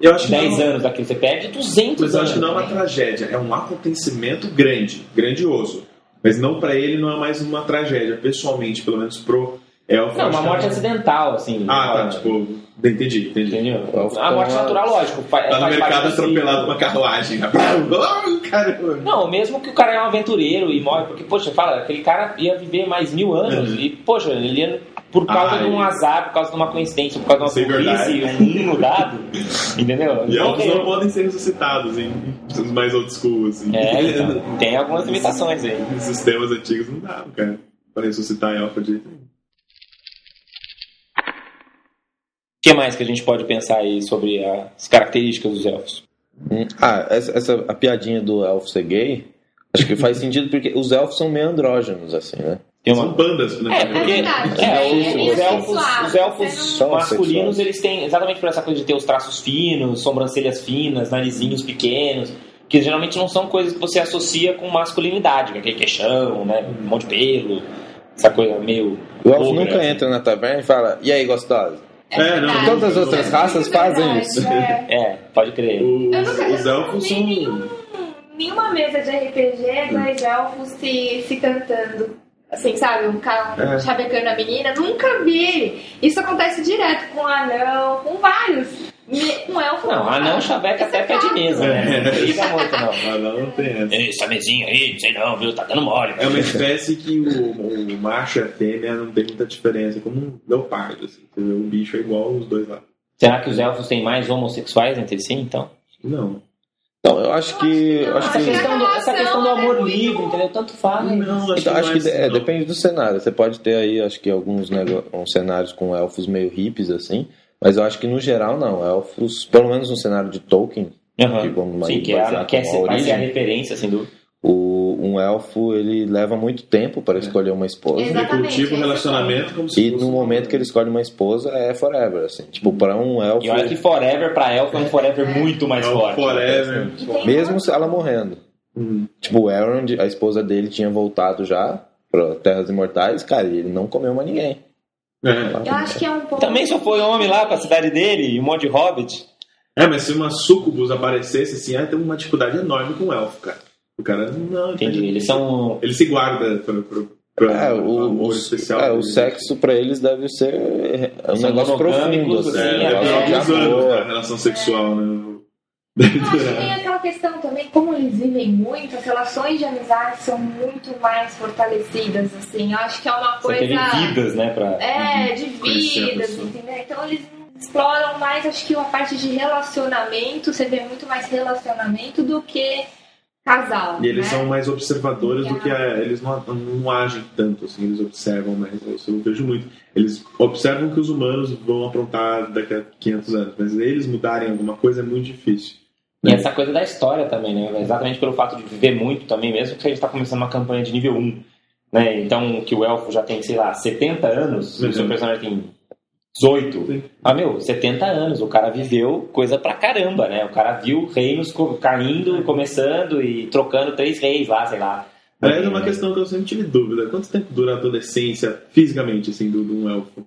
S4: Eu acho que
S6: 10
S4: não,
S6: anos daquilo, você perde 200
S4: mas eu
S6: anos.
S4: acho que não é uma tragédia, é um acontecimento grande, grandioso. Mas não pra ele não é mais uma tragédia, pessoalmente, pelo menos pro Elfo.
S6: Não, uma
S4: acho que é
S6: morte acidental, assim.
S4: Ah, tá,
S6: ó,
S4: tipo, entendi, entendi.
S6: Entendeu?
S3: Elfo
S6: A morte
S3: tá-
S6: natural, lógico. fa-
S4: Tá
S6: faz
S4: no
S6: parte
S4: mercado
S6: do ciclo.
S4: atropelado uma carruagem. né? <laughs> Ah, Caramba.
S6: Não, mesmo que o cara é um aventureiro e morre, porque, poxa, fala, aquele cara ia viver mais mil anos
S4: Uhum.
S6: e, poxa, ele ia, por causa
S4: Ah,
S6: de um
S4: é.
S6: azar, por causa de uma coincidência, por causa
S4: Isso é
S6: de uma burrice,
S4: verdade.
S6: um mínimo dado, entendeu?
S4: <laughs> E é
S6: Então,
S4: um elfos
S6: tem-
S4: não podem ser ressuscitados em os mais old school, assim.
S6: é,
S4: <laughs>
S6: então, tem algumas limitações aí.
S4: Em sistemas antigos não dá, cara, pra ressuscitar elfo de jeito nenhum.
S6: O que mais que a gente pode pensar aí sobre as características dos elfos?
S3: Hum, Ah, essa, essa- a piadinha do elfo ser gay, acho que faz sentido porque os elfos são meio andrógenos, assim, né?
S6: Tem
S4: São
S6: uma...
S4: bandas, né?
S6: É,
S5: É
S6: porque
S5: verdade,
S6: é,
S5: né?
S6: os,
S5: É
S6: os elfos,
S5: sexuado,
S6: os elfos
S3: você não-
S6: masculinos,
S3: Sexuado.
S6: eles têm exatamente por essa coisa de ter os traços finos, sobrancelhas finas, narizinhos pequenos, que geralmente não são coisas que você associa com masculinidade, que é aquele queixão, né, um monte de pelo, essa coisa meio...
S3: O elfo
S6: ogre,
S3: nunca
S6: assim.
S3: entra na taverna e fala, e aí, gostosa?
S4: É, não,
S5: verdade.
S4: todas as outras
S5: É
S3: raças
S5: verdade,
S3: fazem isso.
S5: é.
S6: É, pode crer.
S5: Eu
S4: Os, <laughs>
S5: nunca-
S4: os
S5: eu nunca
S4: elfos
S5: vi
S4: são.
S5: nenhum- Nenhuma mesa de RPG, dois elfos se, se cantando. Assim, sabe? Um cara
S4: É.
S5: chavecando a menina. Nunca vi. Isso acontece direto com um anão, com vários. Me- Um elfo. é
S6: Não, anão chaveca até pé de mesa, né, não briga muito não.
S4: Ah, não, não tem essa.
S6: <laughs> Essa mesinha aí, não sei não, viu, tá dando mole.
S4: É uma espécie que o, o macho e a fêmea não tem muita diferença, é como um leopardo. Assim. Você vê, o bicho é igual os dois lá.
S6: Será que os elfos têm mais homossexuais entre si, então?
S4: Não.
S3: Então, eu acho que. Eu acho
S5: Sim.
S6: Essa
S3: que
S6: questão do, essa questão do amor
S5: É muito- Uhum.
S6: livre, entendeu? Tanto faz.
S4: Não, acho
S3: Então, acho que
S4: mais-
S3: é,
S4: não.
S3: depende do cenário. Você pode ter aí, acho que alguns nego- uns cenários com elfos meio hippies, assim. Mas eu acho que no geral, não. Elfos, pelo menos no cenário de Tolkien, que
S6: Aham.
S3: vamos
S6: Sim,
S3: mais
S6: que é, a-
S3: basear
S6: que é,
S3: com
S6: ser-
S3: a
S6: vai ser a
S3: origem,
S6: referência, sem dúvida.
S3: o, um elfo ele leva muito tempo
S6: É.
S3: para escolher uma esposa.
S5: Exato.
S4: Ele cultiva
S5: Exatamente,
S4: o relacionamento como se
S3: E
S4: fosse
S3: no
S4: um-
S3: momento que ele escolhe uma esposa, é forever, assim. Tipo, para um elfo,
S6: E olha que Forever pra Elfo é um Forever muito mais
S4: É o
S6: forte.
S4: Forever.
S5: E tem
S3: mesmo
S5: outro-
S3: se ela morrendo.
S4: Hum.
S3: Tipo, o Elrond, a esposa dele tinha voltado já para Terras Imortais, cara, e ele não comeu mais ninguém.
S4: É.
S5: Eu acho que é um pouco.
S6: Também só foi homem lá pra cidade dele, e um monte de hobbit.
S4: É, mas se uma sucubus aparecesse assim, ah, tem uma dificuldade enorme com o elfo, cara. O cara não.
S6: Entendi. Eles são.
S4: Ele se guarda pra, pra, pra
S3: É,
S4: pra um
S3: o,
S4: amor
S3: os-
S4: especial.
S3: é, o
S4: dele.
S3: sexo pra eles deve ser é um
S6: São
S3: negócio profundo,
S6: monogâmicos,
S3: assim.
S4: É,
S6: Sim,
S3: um
S4: deve
S3: negócio
S4: durar
S6: até
S3: de
S4: alguns anos,
S3: amor.
S4: cara, a relação sexual, né?
S5: Eu acho que tem aquela questão também, como eles vivem muito, as relações de amizade são muito mais fortalecidas, assim. Eu acho que é uma
S6: Você
S5: coisa.
S6: teve vidas, né? Pra...
S5: É, de
S4: Conhecer a
S5: vidas,
S4: pessoa.
S5: entendeu? Então eles exploram mais, acho que uma parte de relacionamento, você vê muito mais relacionamento do que casal.
S4: E eles
S5: né?
S4: são mais observadores do que a- eles não, não agem tanto, assim, eles observam mais. Isso eu vejo muito. Eles observam que os humanos vão aprontar daqui a 500 anos, mas eles mudarem alguma coisa é muito difícil.
S6: E essa coisa da história também, né? Exatamente pelo fato de viver muito também, mesmo que a gente tá começando uma campanha de nível 1. Né? Então, que o elfo já tem, sei lá, 70 anos, e o seu
S4: Uhum.
S6: personagem tem 18.
S4: Sim.
S6: Ah, meu, 70 anos, o cara viveu coisa pra caramba, né? O cara viu reinos co-
S4: É.
S6: caindo, começando e trocando três reis lá, sei lá.
S4: Aliás, é uma questão que eu sempre tive dúvida. Quanto tempo dura a adolescência fisicamente, assim, do, de um elfo?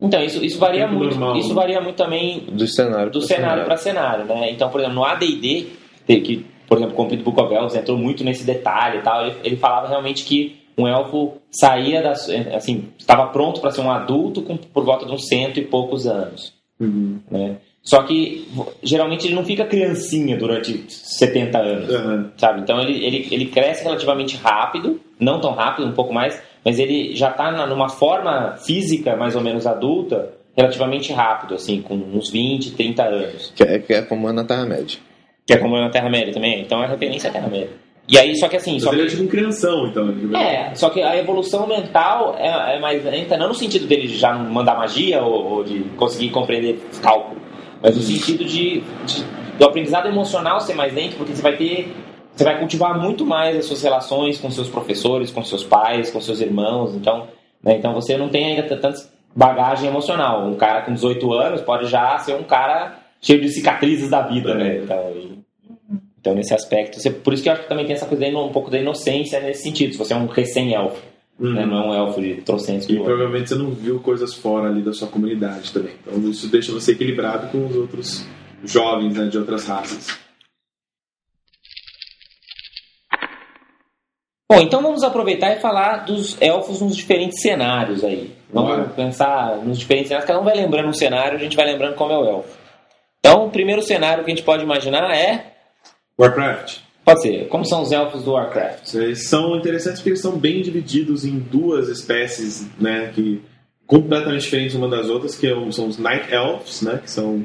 S6: Então, isso, isso varia
S4: Tempo
S6: muito.
S4: normal,
S6: isso
S4: né?
S6: varia muito também
S3: Do cenário
S6: do
S3: pra
S6: cenário para cenário, né? Então, por exemplo, no AD&D, que- que, por exemplo, com o Pete Book of Elves entrou muito nesse detalhe e tal, ele, ele falava realmente que um elfo saía da, su- assim, estava pronto para ser um adulto com, por volta de uns cento e poucos anos.
S4: Uhum.
S6: Só que vo- geralmente ele não fica criancinha durante 70 anos
S4: Aham.
S6: sabe? Então ele, ele, ele cresce relativamente rápido, não tão rápido, um pouco mais, mas ele já tá na- numa forma física mais ou menos adulta, relativamente rápido, assim, com uns 20, 30 anos.
S3: Que é, que é como na Terra-média.
S6: Que é como é na Terra-média também, então é referência à Terra-média. E aí, só que assim,
S4: Mas
S6: só
S4: ele é
S6: que,
S4: tipo um crianção, então. ele-
S6: é, só que a evolução mental é, é mais lenta, não no sentido dele já não mandar magia ou, ou de conseguir compreender cálculo, mas no sentido de, de- do aprendizado emocional ser mais lento, porque você vai ter, você vai cultivar muito mais as suas relações com seus professores, com seus pais, com seus irmãos, então, né, então você não tem ainda t- tanta bagagem emocional. Um cara com 18 anos pode já ser um cara cheio de cicatrizes da vida,
S4: É.
S6: né? Então, e- então, nesse aspecto, você- por isso que eu acho que também tem essa coisa da ino- um pouco da inocência nesse sentido. Se você é um recém-elfo,
S4: Uhum.
S6: né? não é um elfo de trocentos
S4: E
S6: mil anos.
S4: provavelmente você não viu coisas fora ali da sua comunidade também. Então isso deixa você equilibrado com os outros jovens né, de outras raças.
S6: Bom, então vamos aproveitar e falar dos elfos nos diferentes cenários aí. Vamos
S4: Bora.
S6: pensar nos diferentes cenários. Cada um vai lembrando um cenário, a gente vai lembrando como é o elfo. Então, o primeiro cenário que a gente pode imaginar é.
S4: Warcraft.
S6: Pode ser, como são os elfos do Warcraft?
S4: Eles são interessantes porque eles são bem divididos em duas espécies, né, que completamente diferentes uma das outras, que é um, são os Night Elves, né, que são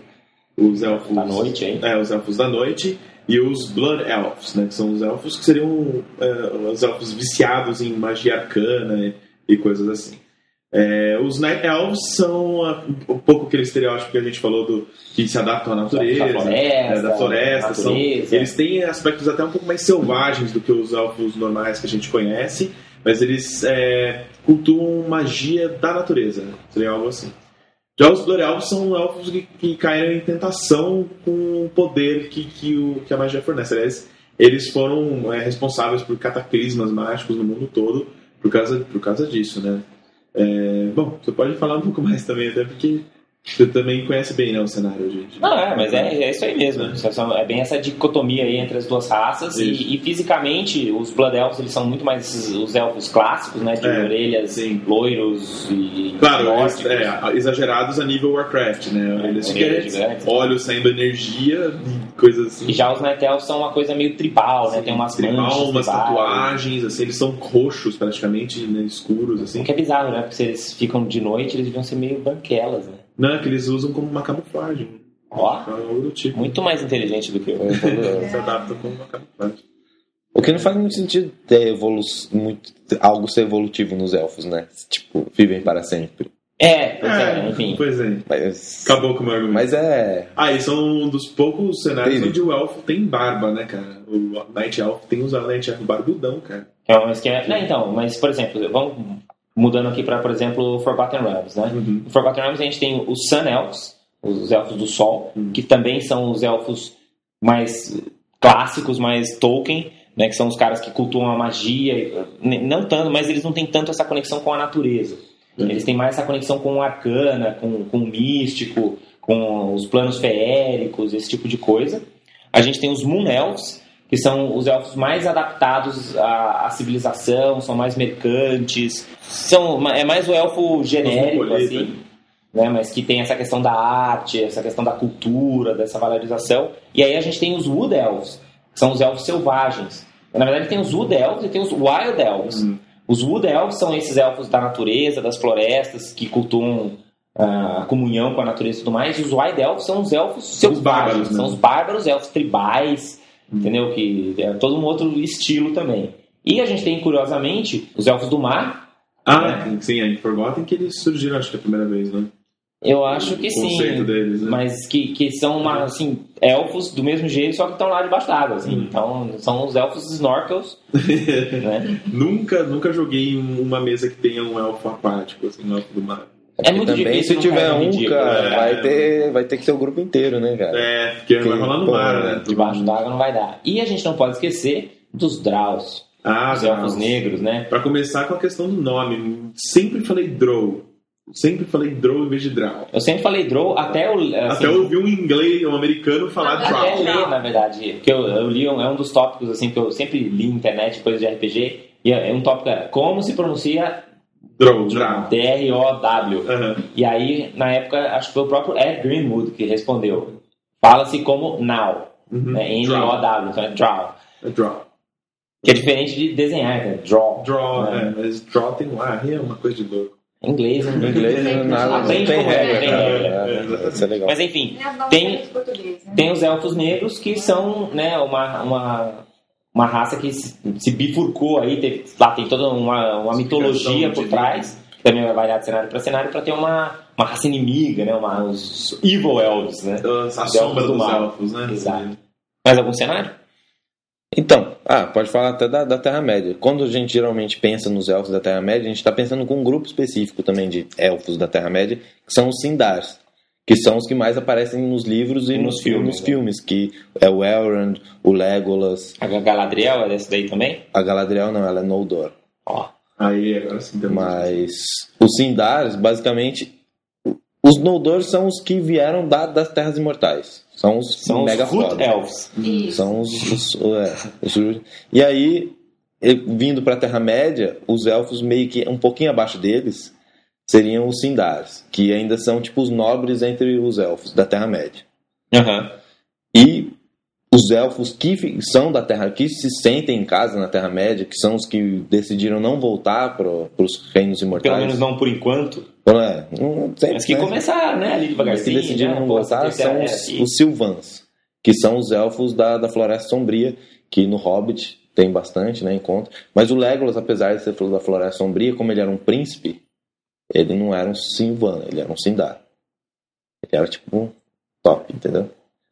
S4: os elfos
S6: Da noite, hein?
S4: É, os elfos da noite e os Blood Elves, né, que são os elfos que seriam é, os elfos viciados em magia arcana e, e coisas assim. É, os Night Elves são a, um pouco aquele estereótipo que a gente falou do que se adaptam à natureza,
S6: Da floresta,
S4: né, da floresta são,
S6: natureza.
S4: eles têm aspectos até um pouco mais selvagens do que os elfos normais que a gente conhece, mas eles é, cultuam magia da natureza, né? seria algo assim. Já os Blood Elves são elfos que, que caíram em tentação com o poder que, que, o, que a magia fornece. Aliás, eles foram é, responsáveis por cataclismas mágicos no mundo todo por causa, por causa disso, né? É, bom, você pode falar um pouco mais também, até porque você também conhece bem né, o cenário, gente.
S6: Não, é, mas é, é isso aí mesmo.
S4: É.
S6: Isso É é bem essa dicotomia aí entre as duas raças.
S4: Isso.
S6: E, e fisicamente, os Blood Elves eles são muito mais esses- os elfos clássicos, né? De
S4: É,
S6: orelhas,
S4: sim.
S6: loiros e.
S4: Claro, eles,
S6: nórdicos.
S4: é, exagerados a nível Warcraft, né?
S6: É,
S4: Eles
S6: orelhas
S4: querem
S6: gigantes.
S4: óleo saindo energia e coisas assim.
S6: E já os Night Elves são uma coisa meio tribal, né? Tem umas manchas
S4: tribal,
S6: tribais.
S4: umas tatuagens, assim, eles são roxos praticamente, né, escuros,
S6: O
S4: assim.
S6: que é bizarro, né? Porque se eles ficam de noite, eles deviam ser meio banquelas, né?
S4: Não, é que eles usam como uma camuflagem.
S6: Ó,
S4: Algo do tipo.
S6: muito mais inteligente do que eu.
S4: Se adaptam como uma camuflagem.
S3: <laughs> O que não faz muito sentido ter evolu muito, algo ser evolutivo nos elfos, né? Tipo, vivem para sempre.
S6: É, pois é, enfim.
S4: Pois é.
S3: Mas,
S4: Acabou com o meu argumento.
S3: mas é.
S4: Ah, e são um dos poucos cenários
S3: Entendi.
S4: onde o elfo tem barba, né, cara? O Night Elf tem os Night Elf barbudão, cara.
S6: É um esquema. Não, então, mas, por exemplo, vamos mudando aqui para, por exemplo, o Forgotten Realms, né?
S4: Uhum.
S6: No Forgotten Realms a gente tem os Sun Elves, os Elfos do Sol,
S4: Uhum.
S6: que também são os elfos mais clássicos, mais Tolkien, né? Que são os caras que cultuam a magia, e, ne- não tanto, mas eles não têm tanto essa conexão com a natureza.
S4: Uhum.
S6: Eles têm mais essa conexão com o arcana, com, com o místico, com os planos feéricos, esse tipo de coisa. A gente tem os Moon Elves, que são os elfos mais adaptados à, à civilização, são mais mercantes, são, é mais o elfo genérico,
S4: Cosmopolita.
S6: assim, né, mas que tem essa questão da arte, essa questão da cultura, dessa valorização. E aí a gente tem os Wood Elves, que são os elfos selvagens. Na verdade, tem os Wood Elves e tem os Wild Elves.
S4: Hum.
S6: Os Wood Elves são esses elfos da natureza, das florestas, que cultuam ah, a comunhão com a natureza e tudo mais. E os Wild Elves são os elfos selvagens,
S4: bárbaros, né? Hum.
S6: são os bárbaros, elfos tribais, entendeu? Que é todo um outro estilo também. E a gente tem, curiosamente, os elfos do mar.
S4: Ah, sim, é Forgotten que eles surgiram, acho que é a primeira vez, né?
S6: Eu acho
S4: o
S6: que
S4: conceito
S6: sim.
S4: deles, né?
S6: mas que, que são uma, assim, elfos do mesmo jeito, só que estão lá debaixo d'água, assim.
S4: Hum.
S6: Então, são os elfos snorkels, né?
S4: Nunca, nunca joguei em uma mesa que tenha um elfo aquático, assim, um elfo do mar.
S6: É
S3: porque
S6: muito
S3: também,
S6: difícil
S3: se
S6: num
S3: tiver
S6: caso
S3: um,
S6: ridículo,
S3: cara,
S4: né?
S3: vai, ter, vai ter que ser o grupo inteiro, né, cara?
S4: É, porque
S3: Que-
S4: vai rolar no
S3: pô,
S4: mar,
S3: né?
S4: né?
S6: Debaixo d'água não vai dar. E a gente não pode esquecer dos draus,
S4: Ah,
S6: os
S4: tá.
S6: elfos negros, né?
S4: Pra começar com a questão do nome, sempre falei Drow. Sempre falei Drow em vez de Drow.
S6: Eu sempre falei draw até o... assim,
S4: Até eu ouvi um inglês, um americano falar
S5: Ah,
S6: até
S4: Drow.
S6: ler, na verdade. Porque eu, eu li, um, é um dos tópicos, assim, que eu sempre li na internet, coisa de RPG, e é é um tópico, é como se pronuncia
S4: Drow, Drow.
S6: D-R-O-W.
S4: Aham.
S6: E aí, na época, acho que foi o próprio Ed Greenwood que respondeu. Fala-se como now,
S3: Hum,
S4: Uhum.
S6: né?
S4: Drow.
S6: N-O-W, então é draw.
S4: É Drow.
S6: Que é diferente de desenhar, né? Draw.
S4: Draw,
S6: É.
S4: é. mas draw tem um ar, é uma coisa de louco.
S6: Em inglês,
S3: No
S4: É.
S6: né?
S3: inglês não, nada, não Hum. tem
S6: Aprende como é,
S3: regra,
S6: tem
S4: regra.
S3: cara.
S4: É, exatamente.
S3: Isso é legal.
S6: Mas enfim,
S5: É a nova
S6: Tem-
S5: série de português, né?
S6: tem os elfos negros que são, né, uma... uma uma raça que se, se bifurcou aí, teve- lá tem toda uma, uma
S3: tá
S6: mitologia por
S4: de-
S6: trás, que também vai variar de cenário para cenário, para ter uma, uma raça inimiga, né? Uma, os Evil Elves, né?
S4: A
S6: Elfos
S4: Então, sombra
S6: do
S4: dos
S6: mar.
S4: elfos, né?
S6: Exato. Mais algum cenário?
S3: Então, ah, pode falar até da, da Terra-média. Quando a gente geralmente pensa nos elfos da Terra-média, a gente está pensando com um grupo específico também de elfos da Terra-média, que são os Sindars, que são os que mais aparecem nos livros e, nos, filmes, nos
S6: né?
S3: filmes que é o Elrond, o Legolas,
S6: A Galadriel é dessa daí também?
S3: a Galadriel não, ela é Noldor.
S6: Ó.
S4: Aí, agora sim um temos.
S3: Mas os Sindars, basicamente, o- Os Noldor são os que vieram da- das Terras Imortais. São os é,
S6: São
S3: mega
S6: os Hood
S3: foda.
S6: Elves.
S5: Isso.
S3: São os. os- é, os Druid. e aí, e- vindo para a Terra-média, os elfos meio que um pouquinho abaixo deles seriam os Sindares, que ainda são tipo os nobres entre os elfos da Terra-média.
S6: Aham.
S3: E os elfos que fi- são da Terra, que se sentem em casa na Terra-média, que são os que decidiram não voltar para os reinos
S6: Pelo
S3: imortais.
S6: menos não por enquanto.
S3: Não é, não- sempre,
S6: Mas que
S3: né?
S6: começaram, né? Ali
S3: Mas que
S6: devagarzinho.
S3: decidiram
S6: né,
S3: não
S6: pô,
S3: voltar
S6: terceira
S3: são
S6: era
S3: os,
S6: aqui.
S3: os Silvans, que são os elfos da, da Floresta Sombria, que no Hobbit tem bastante, né, encontro. Mas o Legolas, apesar de ser filho da Floresta Sombria, como ele era um príncipe, ele não era um Silvan, ele era um Sindar. Ele era tipo um top, entendeu?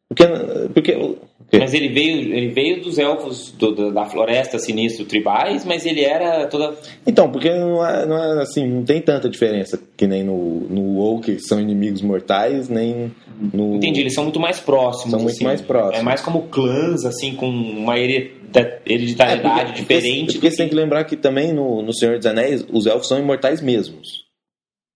S3: Porque, porque
S6: Mas ele veio, ele veio dos elfos do- do- da floresta sinistro tribais, mas ele era toda.
S3: Então, porque não é, não é assim, não tem tanta diferença que nem no, no WoW, que são inimigos mortais, nem no...
S6: Entendi, eles são muito mais próximos.
S3: São muito
S6: assim.
S3: mais próximos.
S6: É mais como clãs, assim, com uma hereda- hereditariedade diferente.
S3: É, Porque, porque você tem que lembrar que também no, no Senhor dos Anéis, os elfos são imortais mesmos.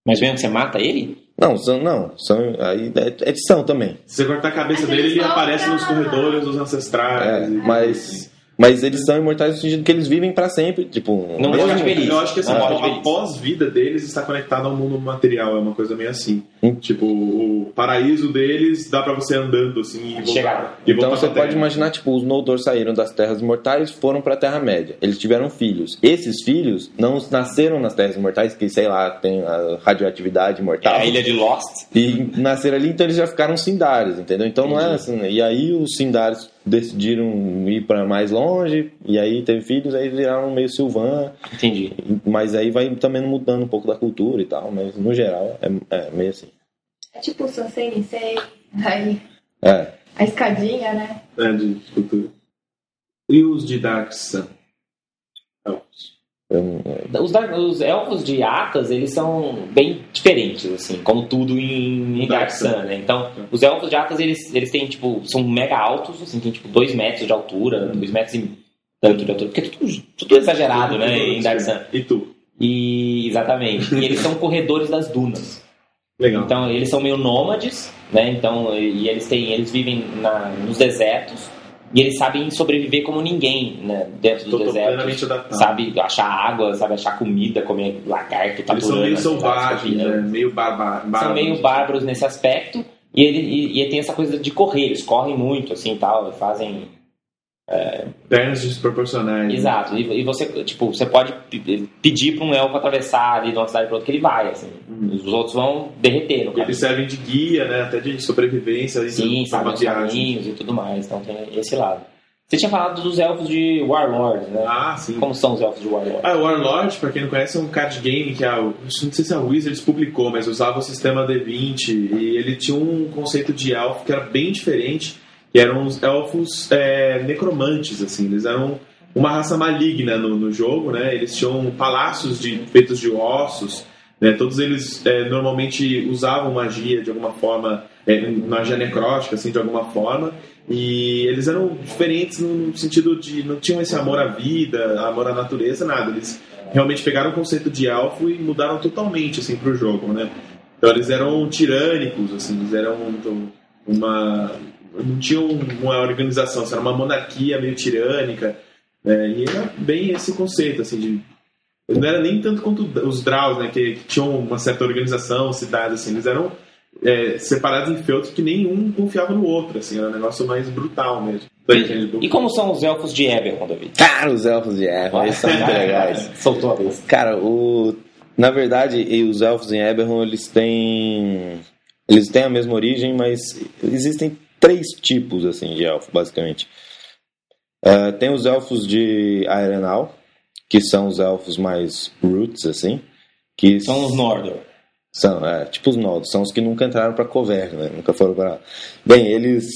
S6: Mas mesmo que você mata ele?
S3: Não, são, não, são, aí, é, é, são também.
S4: Se você cortar a cabeça
S5: Aquele
S4: dele, ele
S5: sol,
S4: aparece nos
S5: cara.
S4: corredores dos
S3: é,
S4: ancestrais. e-
S3: mas, mas eles são imortais no sentido que eles vivem pra sempre. Tipo,
S6: Não
S4: Eu
S3: mesmo-
S6: morre de
S4: acho,
S6: velhice.
S4: eu acho que assim,
S6: Não morre de
S4: a
S6: velhice.
S4: pós-vida deles está conectada ao mundo material, é uma coisa meio assim.
S3: Hum.
S4: Tipo, o paraíso deles dá pra você andando assim e voltar.
S6: Chegar.
S4: E
S3: Então
S4: voltar
S3: você
S4: pra terra.
S3: pode imaginar, tipo, os Noldor saíram das Terras Imortais, foram pra Terra-média. Eles tiveram filhos. Esses filhos não nasceram nas Terras Imortais, que sei lá, tem a radioatividade imortal.
S6: É A ilha de Lost.
S3: E nasceram ali, então eles já ficaram sindares, entendeu? Então não é assim. né? E aí os sindares decidiram ir para mais longe, e aí teve filhos, aí viraram meio Silvan,
S6: Entendi.
S3: mas aí vai também mudando um pouco da cultura e tal, mas no geral é, é meio assim.
S5: É tipo o Sansei Nisei, aí
S3: É.
S5: a escadinha, né?
S4: É, de cultura. E os de Dark Sun?
S3: eu-
S6: Os, dar- os elfos de Atas, eles são bem diferentes, assim, como tudo em, em Dark
S4: Dark
S6: Sun, né? Então, os elfos de Atas, eles, eles têm, tipo, são mega altos, assim, tem, tipo, dois metros de altura, dois metros e tanto de altura, porque é tudo, tudo exagerado, né, em Dark Sun.
S4: E tu?
S6: E, exatamente. E eles são corredores das dunas.
S4: Legal.
S6: Então eles são meio nômades, né? Então e e eles têm, eles vivem na- nos desertos e eles sabem sobreviver como ninguém, né? Dentro
S4: Tô,
S6: do
S4: tô
S6: deserto.
S4: plenamente adaptado.
S6: Sabe tá achar água, sabe achar comida, comer lagarto,
S4: Eles são
S6: taturana,
S4: meio
S6: sei lá,
S4: selvagens,
S6: sabe?
S4: né? meio barba-
S6: São
S4: bárbaros.
S6: meio bárbaros nesse aspecto e, ele, e, e tem essa coisa de correr, eles correm muito, assim, tal, fazem
S4: Pernas desproporcionais. né?
S6: Exato, e, e você, tipo, você pode pe- pedir para um elfo atravessar ali de uma cidade para outra que ele vai, assim.
S4: né? Hum.
S6: Os outros vão derreter no caminho.
S4: Uhum. Eles servem de guia, né? Até de sobrevivência.
S6: Sim,
S4: de
S6: sabe, os
S4: maquiagem.
S6: caminhos e tudo mais, então tem esse lado. Você tinha falado dos elfos de Warlord, né?
S4: Ah, sim.
S6: Como são os elfos de Warlord?
S4: Ah, o Warlord, pra quem não conhece, é um card game que a, não sei se a Wizards publicou, mas usava o sistema D20 e ele tinha um conceito de elfo que era bem diferente, que eram os elfos é, necromantes, assim, eles eram uma raça maligna no, no jogo, né? Eles tinham palácios de, feitos de ossos, né? Todos eles é, normalmente usavam magia de alguma forma, é, magia necrótica, assim, de alguma forma. E eles eram diferentes no sentido de não tinham esse amor à vida, amor à natureza, nada. Eles realmente pegaram o conceito de elfo e mudaram totalmente assim pro jogo, né? Então eles eram tirânicos, assim, eles eram então, uma não tinham uma organização, assim, era uma monarquia meio tirânica, né? E era bem esse conceito assim de não era nem tanto quanto os Draus, né, que, que tinham uma certa organização, cidades assim, eles eram é, separados em feltro que nenhum confiava no outro, assim, era um negócio mais brutal mesmo. Então, aquele-
S6: E como são os elfos de Eberron, David?
S3: Cara, os elfos de Erro, eles são
S6: <laughs>
S3: muito legais.
S6: Soltou a vez.
S3: Cara, o... na verdade, e os elfos em Eberron, eles têm... Eles têm a mesma origem, mas existem três tipos, assim, de elfo, basicamente. Ah, tem os elfos de Arenal, que são os elfos mais roots, assim, que
S6: São os Nordor.
S3: são, é, tipo os nodos, são os que nunca entraram pra Cover, né? Nunca foram pra. Bem, eles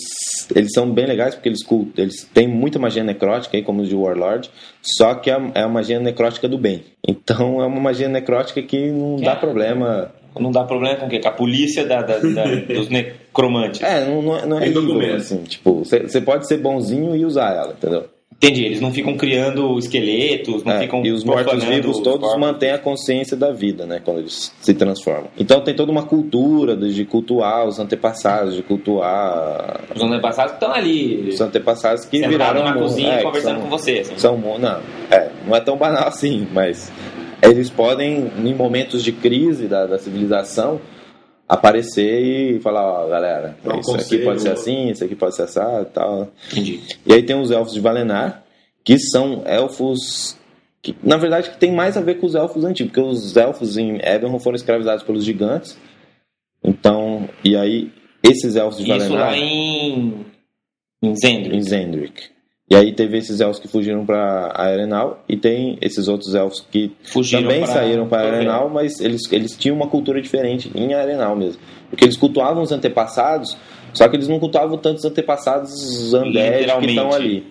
S3: eles são bem legais porque eles cult- eles têm muita magia necrótica aí como os de Warlord, só que é a, é a magia necrótica do bem. Então é uma magia necrótica que não dá
S6: É.
S3: problema.
S6: Não dá problema com o quê? Com a polícia da, da-
S3: <laughs>
S6: da- dos necromantes.
S3: É, não, não, é- não é
S4: Tem
S3: evil,
S4: documento.
S3: assim, tipo, você pode ser bonzinho e usar ela, entendeu?
S6: Entendi, eles não ficam criando esqueletos, não
S3: É,
S6: ficam.
S3: e os mortos-vivos
S6: profanando
S3: todos
S6: corpos.
S3: mantêm a consciência da vida, né? Quando eles se transformam. Então tem toda uma cultura de de cultuar os antepassados, de cultuar
S6: Os antepassados estão ali,
S3: os antepassados que
S6: sentados
S3: viraram
S6: na
S3: mon-
S6: cozinha
S3: é, que
S6: conversando
S3: são-
S6: com você. assim.
S3: São mon- não, é, não é tão banal assim, mas eles podem, em momentos de crise da, da civilização, aparecer e falar, ó, galera,
S4: Dá um
S3: isso aqui
S4: conselho.
S3: pode ser assim, isso aqui pode ser assado e tal.
S6: Entendi.
S3: E aí tem os elfos de Valenar, que são elfos que, na verdade, que tem mais a ver com os elfos antigos, porque os elfos em Eberron foram escravizados pelos gigantes. Então, e aí esses elfos de
S6: Isso
S3: Valenar
S6: lá em. Em Zendro.
S3: em Zendrick. E aí teve esses elfos que fugiram para Arenal e tem esses outros elfos que
S6: Fugiram
S3: também
S6: pra-
S3: saíram para Arenal, mas eles, eles tinham uma cultura diferente em Arenal mesmo. Porque eles cultuavam os antepassados, só que eles não cultuavam tantos antepassados andés que
S6: Literalmente.
S3: estão ali.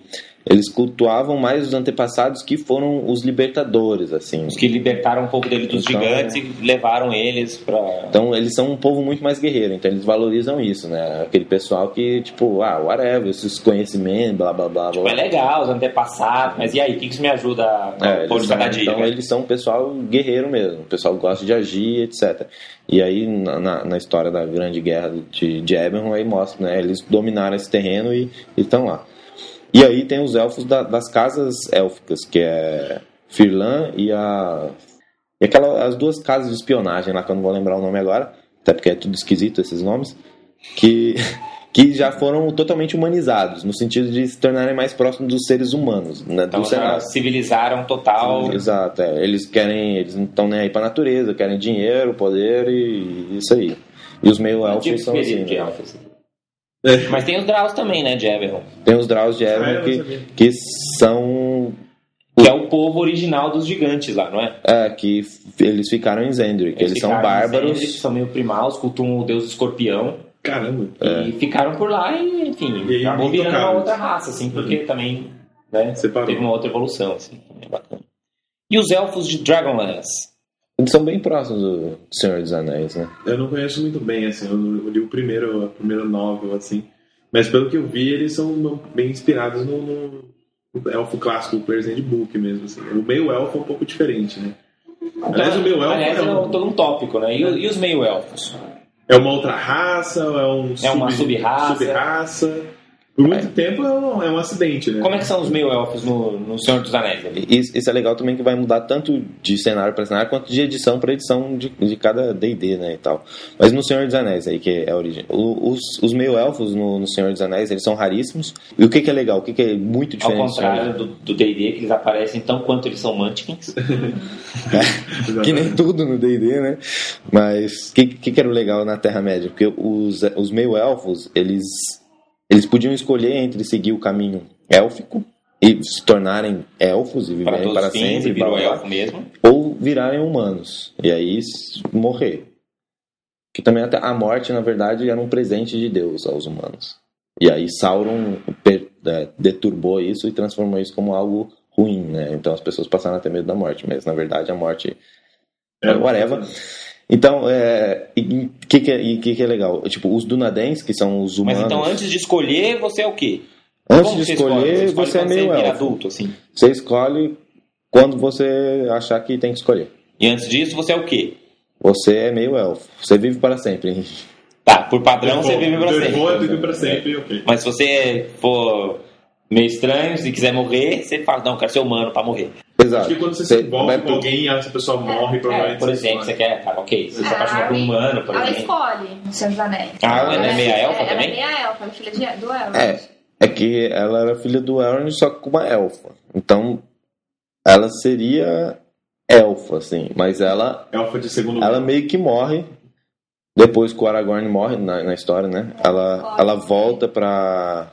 S3: Eles cultuavam mais os antepassados que foram os libertadores, assim.
S6: Os que libertaram um pouco dele dos
S3: Então,
S6: gigantes e levaram eles pra.
S3: Então eles são um povo muito mais guerreiro, então eles valorizam isso, né? Aquele pessoal que, tipo, ah, whatever, esses conhecimentos, blá blá blá
S6: Tipo,
S3: blá.
S6: é legal, os antepassados, mas e aí, o que, que isso me ajuda a
S3: É,
S6: pôr
S3: eles
S6: de
S3: são,
S6: cada dia?
S3: então
S6: né?
S3: eles são um pessoal guerreiro mesmo, um pessoal que gosta de agir, etc. E aí na, na- na história da Grande Guerra de, de Eberron aí mostra, né? Eles dominaram esse terreno e estão lá. E aí tem os elfos da- das casas élficas, que é Firlan e a e aquela as duas casas de espionagem lá que eu não vou lembrar o nome agora, até porque é tudo esquisito esses nomes, que <laughs> que já foram totalmente humanizados, no sentido de se tornarem mais próximos dos seres humanos, né,
S6: Então
S3: do
S6: já
S3: cenário.
S6: civilizaram total.
S3: Exato, é. eles querem, eles não estão nem aí pra natureza, querem dinheiro, poder e isso aí. E os meio
S6: Tipo
S3: elfos são assim,
S6: espírito de
S3: né? É.
S6: elfos. Mas tem os Draus também, né, de Everon?
S3: Tem os Draus de
S4: Ah,
S3: Eberron
S4: eu não
S3: que,
S4: sabia.
S3: que são
S6: Que é o povo original dos gigantes lá, não é?
S3: é, que f- eles ficaram em Zendrick, eles, são
S6: ficaram
S3: bárbaros.
S6: Eles são meio primaus, cultuam o deus escorpião.
S4: Caramba.
S3: É.
S6: E ficaram por lá e, enfim,
S4: E aí, Uhum.
S6: acabou virando uma
S4: intocados.
S6: outra raça, assim, porque também né,
S4: Separou.
S6: teve uma outra evolução, assim, também é bacana. E os elfos de Dragonlance?
S3: Eles são bem próximos do Senhor dos Anéis, né?
S4: Eu não conheço muito bem, assim, eu não- eu li o primeiro, a primeira novel, assim. Mas pelo que eu vi, eles são bem inspirados no, no- no elfo clássico, o Players Handbook mesmo, assim. O meio elfo é um pouco diferente, né? Aliás, o meio elfo
S6: Aliás,
S4: é,
S6: é um-
S4: um-
S6: todo um tópico, né? E, o- e os meio-elfos?
S4: é uma outra raça, é um
S6: É uma sub-raça.
S4: sub-raça. Por muito tempo é um, é um acidente, né?
S6: Como é que são os meio-elfos no, no Senhor dos Anéis? Ali?
S3: E Isso, isso é legal também que vai mudar tanto de cenário para cenário quanto de edição para edição de, de cada D&D, né, e tal. Mas no Senhor dos Anéis aí que é a origem. O- os os meio-elfos no, no Senhor dos Anéis, eles são raríssimos. E o que que é legal? O que que é muito
S6: Ao
S3: diferente? do Senhor dos
S6: contrário do do D&D, que eles aparecem tão quanto eles são mantikins.
S3: <laughs>
S6: é?
S3: que nem tudo no D&D, né? Mas o que, que que era o legal na Terra-média? Porque os, os meio-elfos, eles, eles podiam escolher entre seguir o caminho élfico e se tornarem elfos e
S6: Para
S3: viverem
S6: todos
S3: para
S6: os fins,
S3: sempre,
S6: e virou
S3: blá, blá, blá,
S6: elfo mesmo.
S3: ou virarem humanos e aí s- morrer. Que também até a morte, na verdade, era um presente de Deus aos humanos. E aí Sauron per- é, deturbou isso e transformou isso como algo ruim, né? Então as pessoas passaram a ter medo da morte, mas na verdade a morte
S4: É.
S3: whatever. Então, é, e o que, que, é- e que, que é legal? Tipo, os Dunadens, que são os
S6: Mas
S3: humanos,
S6: então, antes de escolher, você é o quê?
S3: antes
S6: Como
S3: de
S6: você
S3: escolher,
S6: escolhe?
S3: você é
S6: quando
S3: meio
S6: você vira
S3: elfo.
S6: adulto, assim.
S3: Você escolhe quando você achar que tem que escolher.
S6: E antes disso, você é o quê?
S3: Você é meio elfo. Você vive para sempre. <laughs>
S6: Tá, por padrão, você
S4: Default,
S6: vive pra sempre.
S4: default, vive pra sempre, ok.
S6: Mas se você for meio estranho, se quiser morrer, você fala, não, eu quero ser humano pra morrer.
S3: Exato.
S4: Acho que quando você se
S3: vai
S4: envolve com
S3: pro-
S4: alguém, essa pessoa morre,
S6: É,
S4: provavelmente.
S6: por exemplo,
S4: morre.
S6: você quer, tá, ok, você se apaixona por um humano, por
S5: Ela
S6: exemplo.
S5: escolhe no Senhor dos Anéis.
S6: Ah, ela é meia elfa
S5: ela
S6: também?
S5: é meia elfa, ela é filha de, do elfo.
S3: É, é que ela era filha do Elrond, só que com uma elfa. Então, ela seria elfa, assim. Mas ela
S4: Elfa de segundo
S3: Ela meio que morre. Depois que o Aragorn morre na, na história, né? Ela, ela volta pra.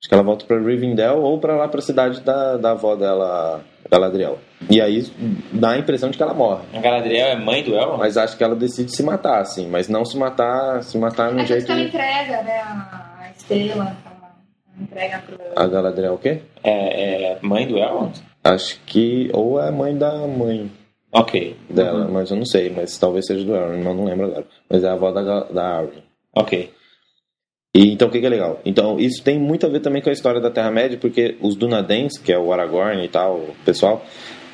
S3: Acho que ela volta pra Rivendell ou pra lá pra cidade da, da avó dela, Galadriel. E aí dá a impressão de que ela morre.
S6: A Galadriel é mãe do Elrond?
S3: Mas acho que ela decide se matar, assim. Mas não se matar, se matar
S4: um
S3: no
S5: É tanto
S3: jeito.
S5: que ela entrega, né, a a estrela, ela entrega pro...
S3: A Galadriel o quê?
S6: É, é mãe do Elrond?
S3: Acho que. Ou é a mãe da mãe
S6: Ok,
S3: dela, mas eu não sei. Mas talvez seja do Elrond, mas eu não lembro agora. Mas é a avó da, Gal- da Arwen.
S6: ok.
S3: E, então, o que, que é legal? Então, isso tem muito a ver também com a história da Terra-média, porque os Dunadens, que é o Aragorn e tal, o pessoal,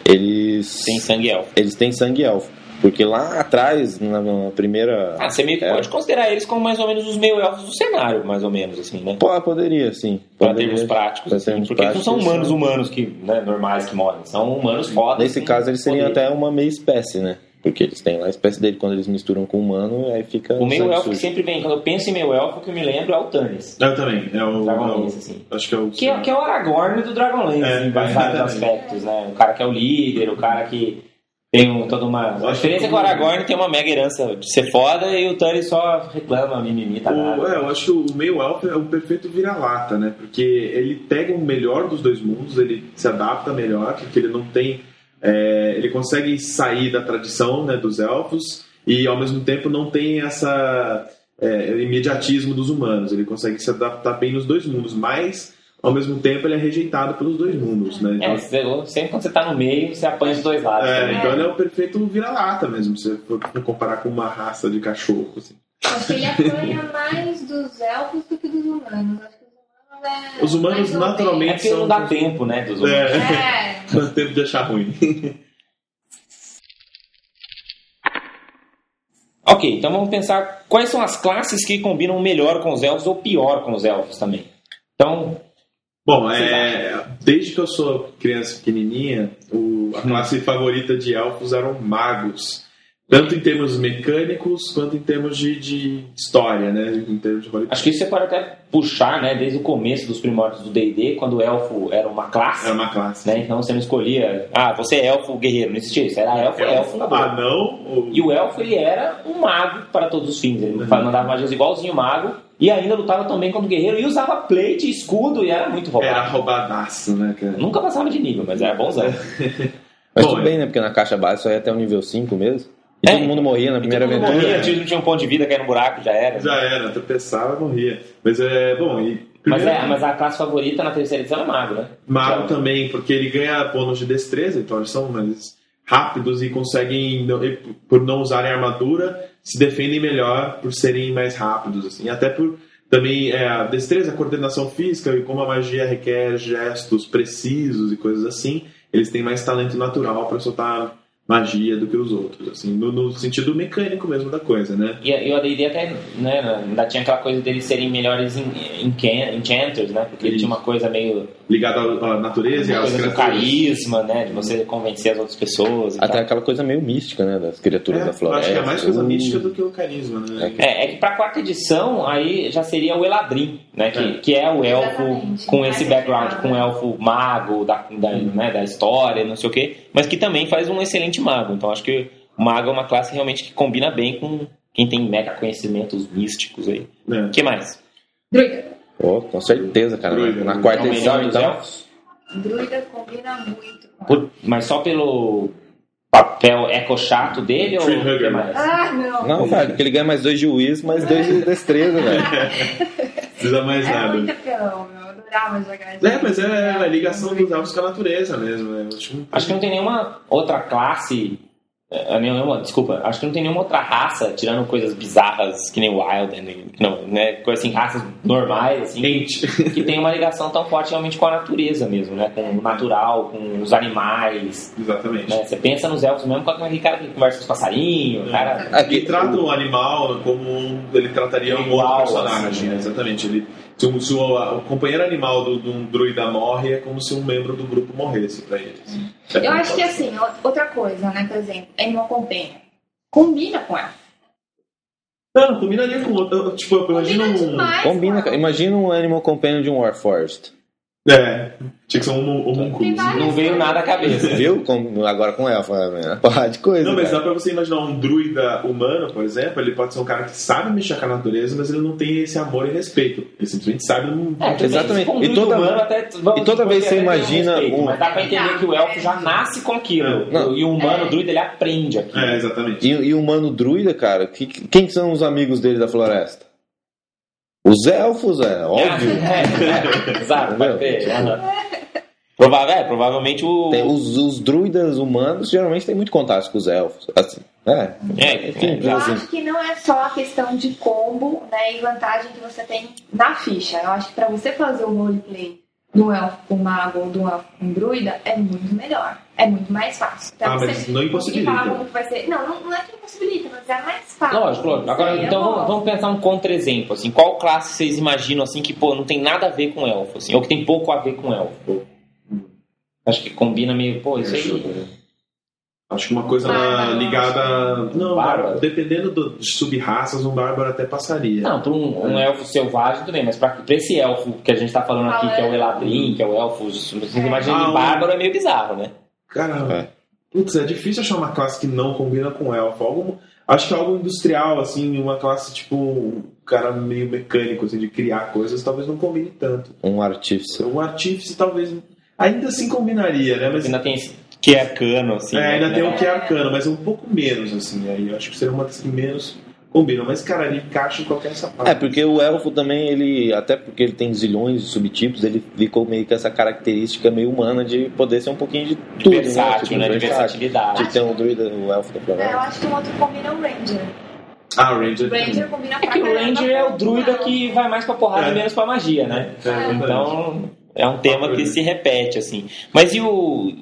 S3: eles,
S6: Tem sangue elfo.
S3: eles têm sangue elfo. Porque lá atrás, na, na primeira...
S6: Ah, você meio que
S3: É.
S6: pode considerar eles como mais ou menos os meio elfos do cenário, mais ou menos, assim, né?
S3: Pô, poderia, sim.
S6: Pra
S3: Poderia.
S6: termos práticos,
S3: Pra
S6: assim,
S3: termos
S6: porque não são
S3: práticos,
S6: humanos
S3: sim.
S6: humanos que, né, normais que morrem, são humanos fodas.
S3: Nesse
S6: com
S3: caso, eles seriam
S6: poder.
S3: até uma meia espécie, né? Porque eles têm lá a espécie dele, quando eles misturam com o humano, aí fica.
S6: O meio
S3: sangue
S6: elfo que
S3: sujo.
S6: sempre vem, quando eu penso em meio elfo, o que eu me lembro é o Tannis.
S4: Eu também. É o. é
S6: Dragonlance,
S4: o-
S6: assim.
S4: acho que é o.
S6: Que é, que é o Aragorn do Dragonlance,
S4: É,
S6: assim, em vários
S4: exatamente.
S6: aspectos, né? O cara que é o líder, o cara que tem um- toda uma. A
S4: acho
S6: diferença é que o Aragorn tem uma mega herança de ser foda e o Tannis só reclama, mimimi, tá
S4: O-
S6: nada.
S4: é, eu acho que o meio elfo é o perfeito vira-lata, né? Porque ele pega o melhor dos dois mundos, ele se adapta melhor, porque ele não tem. é, ele consegue sair da tradição né, dos elfos e ao mesmo tempo não tem essa é, imediatismo dos humanos. Ele consegue se adaptar bem nos dois mundos, mas ao mesmo tempo ele é rejeitado pelos dois mundos, né? Então,
S6: É, você- sempre quando você tá no meio, você apanha os dois lados.
S4: é,
S6: né?
S4: então ele é o perfeito vira-lata mesmo, se for comparar com uma raça de cachorro. assim.
S5: Acho que ele apanha mais dos elfos do que dos humanos. Acho que os humanos é.
S4: Os humanos
S5: mais ou menos.
S4: naturalmente-
S6: É porque não dá tempo, né, dos humanos.
S4: É,
S5: É.
S4: dá tempo de achar ruim.
S6: Ok, então vamos pensar quais são as classes que combinam melhor com os elfos ou pior com os elfos também. Então,
S4: Bom,
S6: Vocês
S4: é, desde que eu sou criança pequenininha, o-
S6: Hum.
S4: a classe favorita de elfos eram magos. Tanto em termos mecânicos, quanto em termos de, de história, né? Em termos de qualidade.
S6: acho que isso você pode até puxar, né, desde o começo dos primórdios do D&D, quando o elfo era uma classe,
S4: Era uma classe.
S6: né, então você não escolhia, ah, você é elfo guerreiro, não existia isso, era elfo, elfo, elfo
S4: ah, não? O-
S6: E o elfo, ele era um mago para todos os fins, ele mandava magias igualzinho o mago, e ainda lutava também contra o guerreiro, e usava plate, escudo, e era muito roubado.
S4: Era roubadaço, né, cara?
S6: Nunca passava de nível, mas era bonzão.
S3: Mas
S4: Bom,
S3: tudo bem, né? Porque na caixa base só ia até o nível 5 mesmo. E
S6: É.
S3: todo mundo morria na primeira
S6: Todo mundo
S3: aventura.
S6: morria, o tio não tinha um ponto de vida, caía no buraco, já era.
S4: Já era, tropeçava, morria. Mas é, bom, e.
S6: Mas,
S4: primeiro-
S6: é, mas a classe favorita na terceira edição é o mago, né?
S4: Mago
S6: Então,
S4: também, porque ele ganha bônus de destreza, então eles são mais rápidos e conseguem, não- e por não usarem armadura, se defendem melhor por serem mais rápidos, assim. Até por também é, a destreza, a coordenação física e como a magia requer gestos precisos e coisas assim, eles têm mais talento natural para soltar magia do que os outros, assim, no, no sentido mecânico mesmo da coisa, né?
S6: E, e o AD&D até, né, ainda tinha aquela coisa deles serem melhores em, em can- enchanters, né? Porque ele
S4: Isso.
S6: tinha uma coisa meio...
S4: Ligado à, à
S3: É,
S4: natureza e
S6: Uma
S4: às
S6: coisa do
S4: criaturas.
S6: carisma, né? De você convencer as outras pessoas e
S3: Até
S6: tal.
S3: aquela coisa meio mística, né? Das
S4: É,
S3: criaturas da
S4: eu
S3: floresta.
S4: acho que é mais coisa
S3: Hum.
S4: mística do que o carisma, né?
S6: É, é que pra quarta edição, aí já seria o Eladrim, né? Que
S4: É.
S6: é, que é o elfo
S5: Exatamente.
S6: com esse
S5: Mais
S6: background,
S5: refinado.
S6: com o elfo mago da, da, né, da história, não sei o quê. Mas que também faz um excelente mago. Então acho que o mago é uma classe realmente que combina bem com quem tem mega conhecimentos místicos aí.
S4: É.
S6: O que mais?
S5: Druida.
S3: Oh, com certeza, cara.
S4: Druida,
S3: na
S4: né?
S3: quarta
S6: É o melhor
S3: edição,
S6: dos
S3: então.
S6: elfos?
S5: Druida combina muito com ela.
S6: Por- mas só pelo é papel eco-chato dele ou
S4: Tree
S6: o que
S4: hugger.
S6: mais?
S5: Ah, não.
S3: Não, cara, porque ele ganha mais dois de juiz, mais dois de destreza, velho.
S4: <laughs> Não precisa mais
S5: É
S4: nada.
S5: muito apelão, meu. Eu adorava jogar assim, né? isso.
S4: É, mas é a ligação dos elfos com a natureza mesmo. Né? Acho que-
S6: Acho que não tem nenhuma outra classe. eh, Nenhuma, desculpa, acho que não tem nenhuma outra raça, tirando coisas bizarras que nem Wild, nem- não, né? Coisas assim, raças normais, assim,
S4: Gente.
S6: que tem uma ligação tão forte realmente com a natureza mesmo, né? Com o natural, com os animais.
S4: Exatamente.
S6: né? Você pensa nos elfos mesmo com aquele cara que conversa com os passarinhos, o cara.
S4: Ele trata um animal como um- ele trataria um outro
S6: Igual,
S4: personagem.
S6: assim, né?
S4: Exatamente. Ele, se, um, se o, o companheiro animal do- de um druida morre, é como se um membro do grupo morresse pra ele. assim. É
S5: Eu
S4: como
S5: acho que
S4: pode
S5: assim, o- outra coisa, né? Por exemplo, Animal Companion. Combina com ela.
S4: ser. Não, não combinaria com outro. Eu, Tipo, eu imagino
S5: Combina
S4: um.
S5: demais.
S3: Combina,
S5: com
S3: cara.
S5: ela.
S3: imagina um Animal Companion de um Warforged.
S4: É, tinha que ser um homunculus.
S5: Tem várias
S6: Não veio
S5: coisas.
S6: nada à cabeça.
S3: Viu? Com- agora com elfo, né? Porra de coisa.
S4: Não, mas
S3: cara.
S4: dá pra você imaginar um druida humano, por exemplo, ele pode ser um cara que sabe mexer com a natureza, mas ele não tem esse amor e respeito. Ele simplesmente sabe um- não.
S6: É, tudo
S3: Exatamente.
S6: bem,
S3: E toda-
S6: humano até, vamos
S3: e toda vez
S6: supor que é
S3: você
S6: até
S3: imagina
S6: tem respeito,
S3: um-
S6: Mas dá pra entender que o elfo já nasce com aquilo.
S3: Não.
S6: E o humano,
S5: É.
S6: o druida, ele aprende aquilo.
S4: É, exatamente.
S3: E, e o humano druida, cara, que- que- quem que são os amigos dele da floresta? Os elfos,
S6: <laughs>
S3: é, óbvio.
S6: É, é, exato, pode
S3: Entendeu?
S6: ver.
S5: <laughs>
S6: aham. Prova- é, provavelmente o.
S3: Tem- os, os druidas humanos geralmente têm muito contato com os elfos. assim, É,
S6: É, é,
S5: Eu
S6: já-
S5: acho que não é só a questão de combo né, e vantagem que você tem na ficha. Eu acho que pra você fazer o roleplay de um elfo com mago ou de um elfo com druida é muito melhor. É muito mais fácil. Pra
S4: Ah,
S5: você
S4: mas não
S5: conseguir falar
S4: impossibilita.
S5: como que vai ser. Não, não, não é que impossibilita, mas é mais fácil.
S6: Lógico, lógico. Agora,
S5: Seria
S6: então
S5: é bom.
S6: vamos, vamos pensar um contra-exemplo, assim. Qual classe vocês imaginam, assim, que, pô, não tem nada a ver com elfo, assim, ou que tem pouco a ver com elfo? Acho que combina meio, pô, isso
S4: Deixa eu
S6: aí.
S3: né?
S4: ver. Acho que uma coisa
S5: Bárbaro.
S4: ligada. Não,
S6: Bárbaro.
S4: dependendo do, de subraças, um bárbaro até passaria.
S6: Não, pra um, um elfo selvagem, tudo bem, mas pra, pra esse elfo que a gente tá falando aqui, que é o Eladrin, que é o elfo, vocês imaginam
S4: Ah,
S6: de
S4: um-
S6: bárbaro, é meio bizarro, né?
S4: Cara,
S3: É.
S4: putz, é difícil achar uma classe que não combina com elfo. Algum- acho que algo industrial, assim, uma classe tipo. Um cara meio mecânico, assim, de criar coisas, talvez não combine tanto.
S3: um artífice.
S4: Um artífice talvez. Ainda assim combinaria, né? Mas.
S6: Ainda tem esse que é arcano, assim.
S4: é,
S6: né?
S4: ainda tem
S6: Né?
S4: um que é arcano, mas é um pouco menos, assim. Aí eu acho que seria uma das que menos combinam. Mas, cara, ele encaixa em qualquer sapato.
S3: É, porque o elfo também, ele, até porque ele tem zilhões de subtipos, ele ficou meio com essa característica meio humana de poder ser um pouquinho de tudo. Tipo,
S6: versátil, né? De
S3: versátil.
S6: versatilidade.
S3: Tipo, tem um druida, o elfo da
S5: Não, eu
S3: floresta.
S5: acho que um outro combina é o Ranger.
S4: Ah, Ranger.
S5: O Ranger combina
S6: É
S5: pra
S6: que o
S5: caramba
S6: Ranger é
S5: com
S6: o druida
S5: elfo.
S6: que vai mais pra porrada
S4: É.
S6: e menos pra magia, né?
S4: É, verdade.
S6: Então, é um tema que se repete, assim. Mas e o.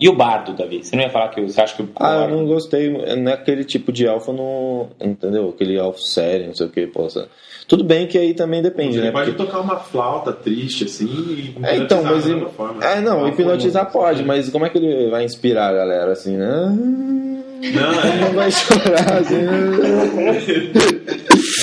S6: E o bardo, Davi? Você não ia falar que eu- você acha que o.
S3: Ah, eu não gostei. Não é aquele tipo de elfo, não. Entendeu? Aquele elfo sério, não sei o que, possa. Tudo bem que aí também depende,
S4: Ele
S3: né?
S4: pode
S3: Porque-
S4: tocar uma flauta triste, assim, e
S3: É, então, mas
S4: hipnotizar de
S3: ele-
S4: alguma forma.
S3: É, não,
S6: Ah,
S3: hipnotizar
S6: foi,
S3: pode, mas como é que ele vai inspirar a galera assim, né?
S4: <laughs> Não, é-
S3: Não vai chorar assim. né?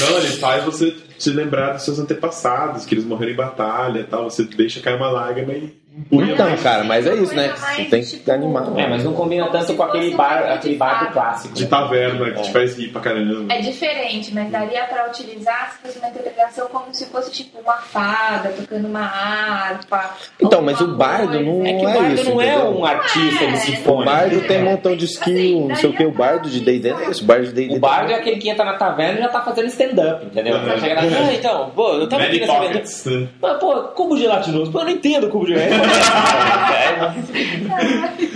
S4: não, ele faz você se lembrar dos seus antepassados, que eles morreram em batalha e tal. Você deixa cair uma lágrima e empurra.
S3: Então,
S5: acho que
S3: cara,
S5: tem
S3: mas é
S5: uma
S3: isso, né?
S5: coisa mais,
S3: Você tem que
S5: tipo,
S3: ficar animado.
S6: É, mas não combina tanto com aquele, bar, aquele um bardo clássico.
S4: De taverna, que
S6: É.
S4: te faz rir pra caramba.
S5: É diferente, mas daria pra utilizar se fosse uma interpretação como se fosse tipo uma fada tocando uma harpa.
S3: Então,
S5: alguma
S3: mas o bardo
S5: coisa.
S3: não
S6: É que o
S3: é
S6: bardo
S3: isso,
S6: não é
S3: entendeu?
S6: um artista, ele
S5: É.
S6: se
S3: O
S6: põe.
S3: bardo tem um montão de skill,
S5: Assim,
S3: não sei o que. O bardo de D&D não é isso. O bardo de D&D...
S6: O bardo é aquele que entra na taverna e já tá fazendo stand-up, entendeu?
S4: Uhum.
S6: Chega lá, ah, então, pô, eu tava aqui
S4: Many
S6: nessa aventura.
S4: Pockets. né?
S6: Mas, pô, cubo gelatinoso, pô, eu não entendo cubo
S4: <laughs>
S6: gelatinoso. e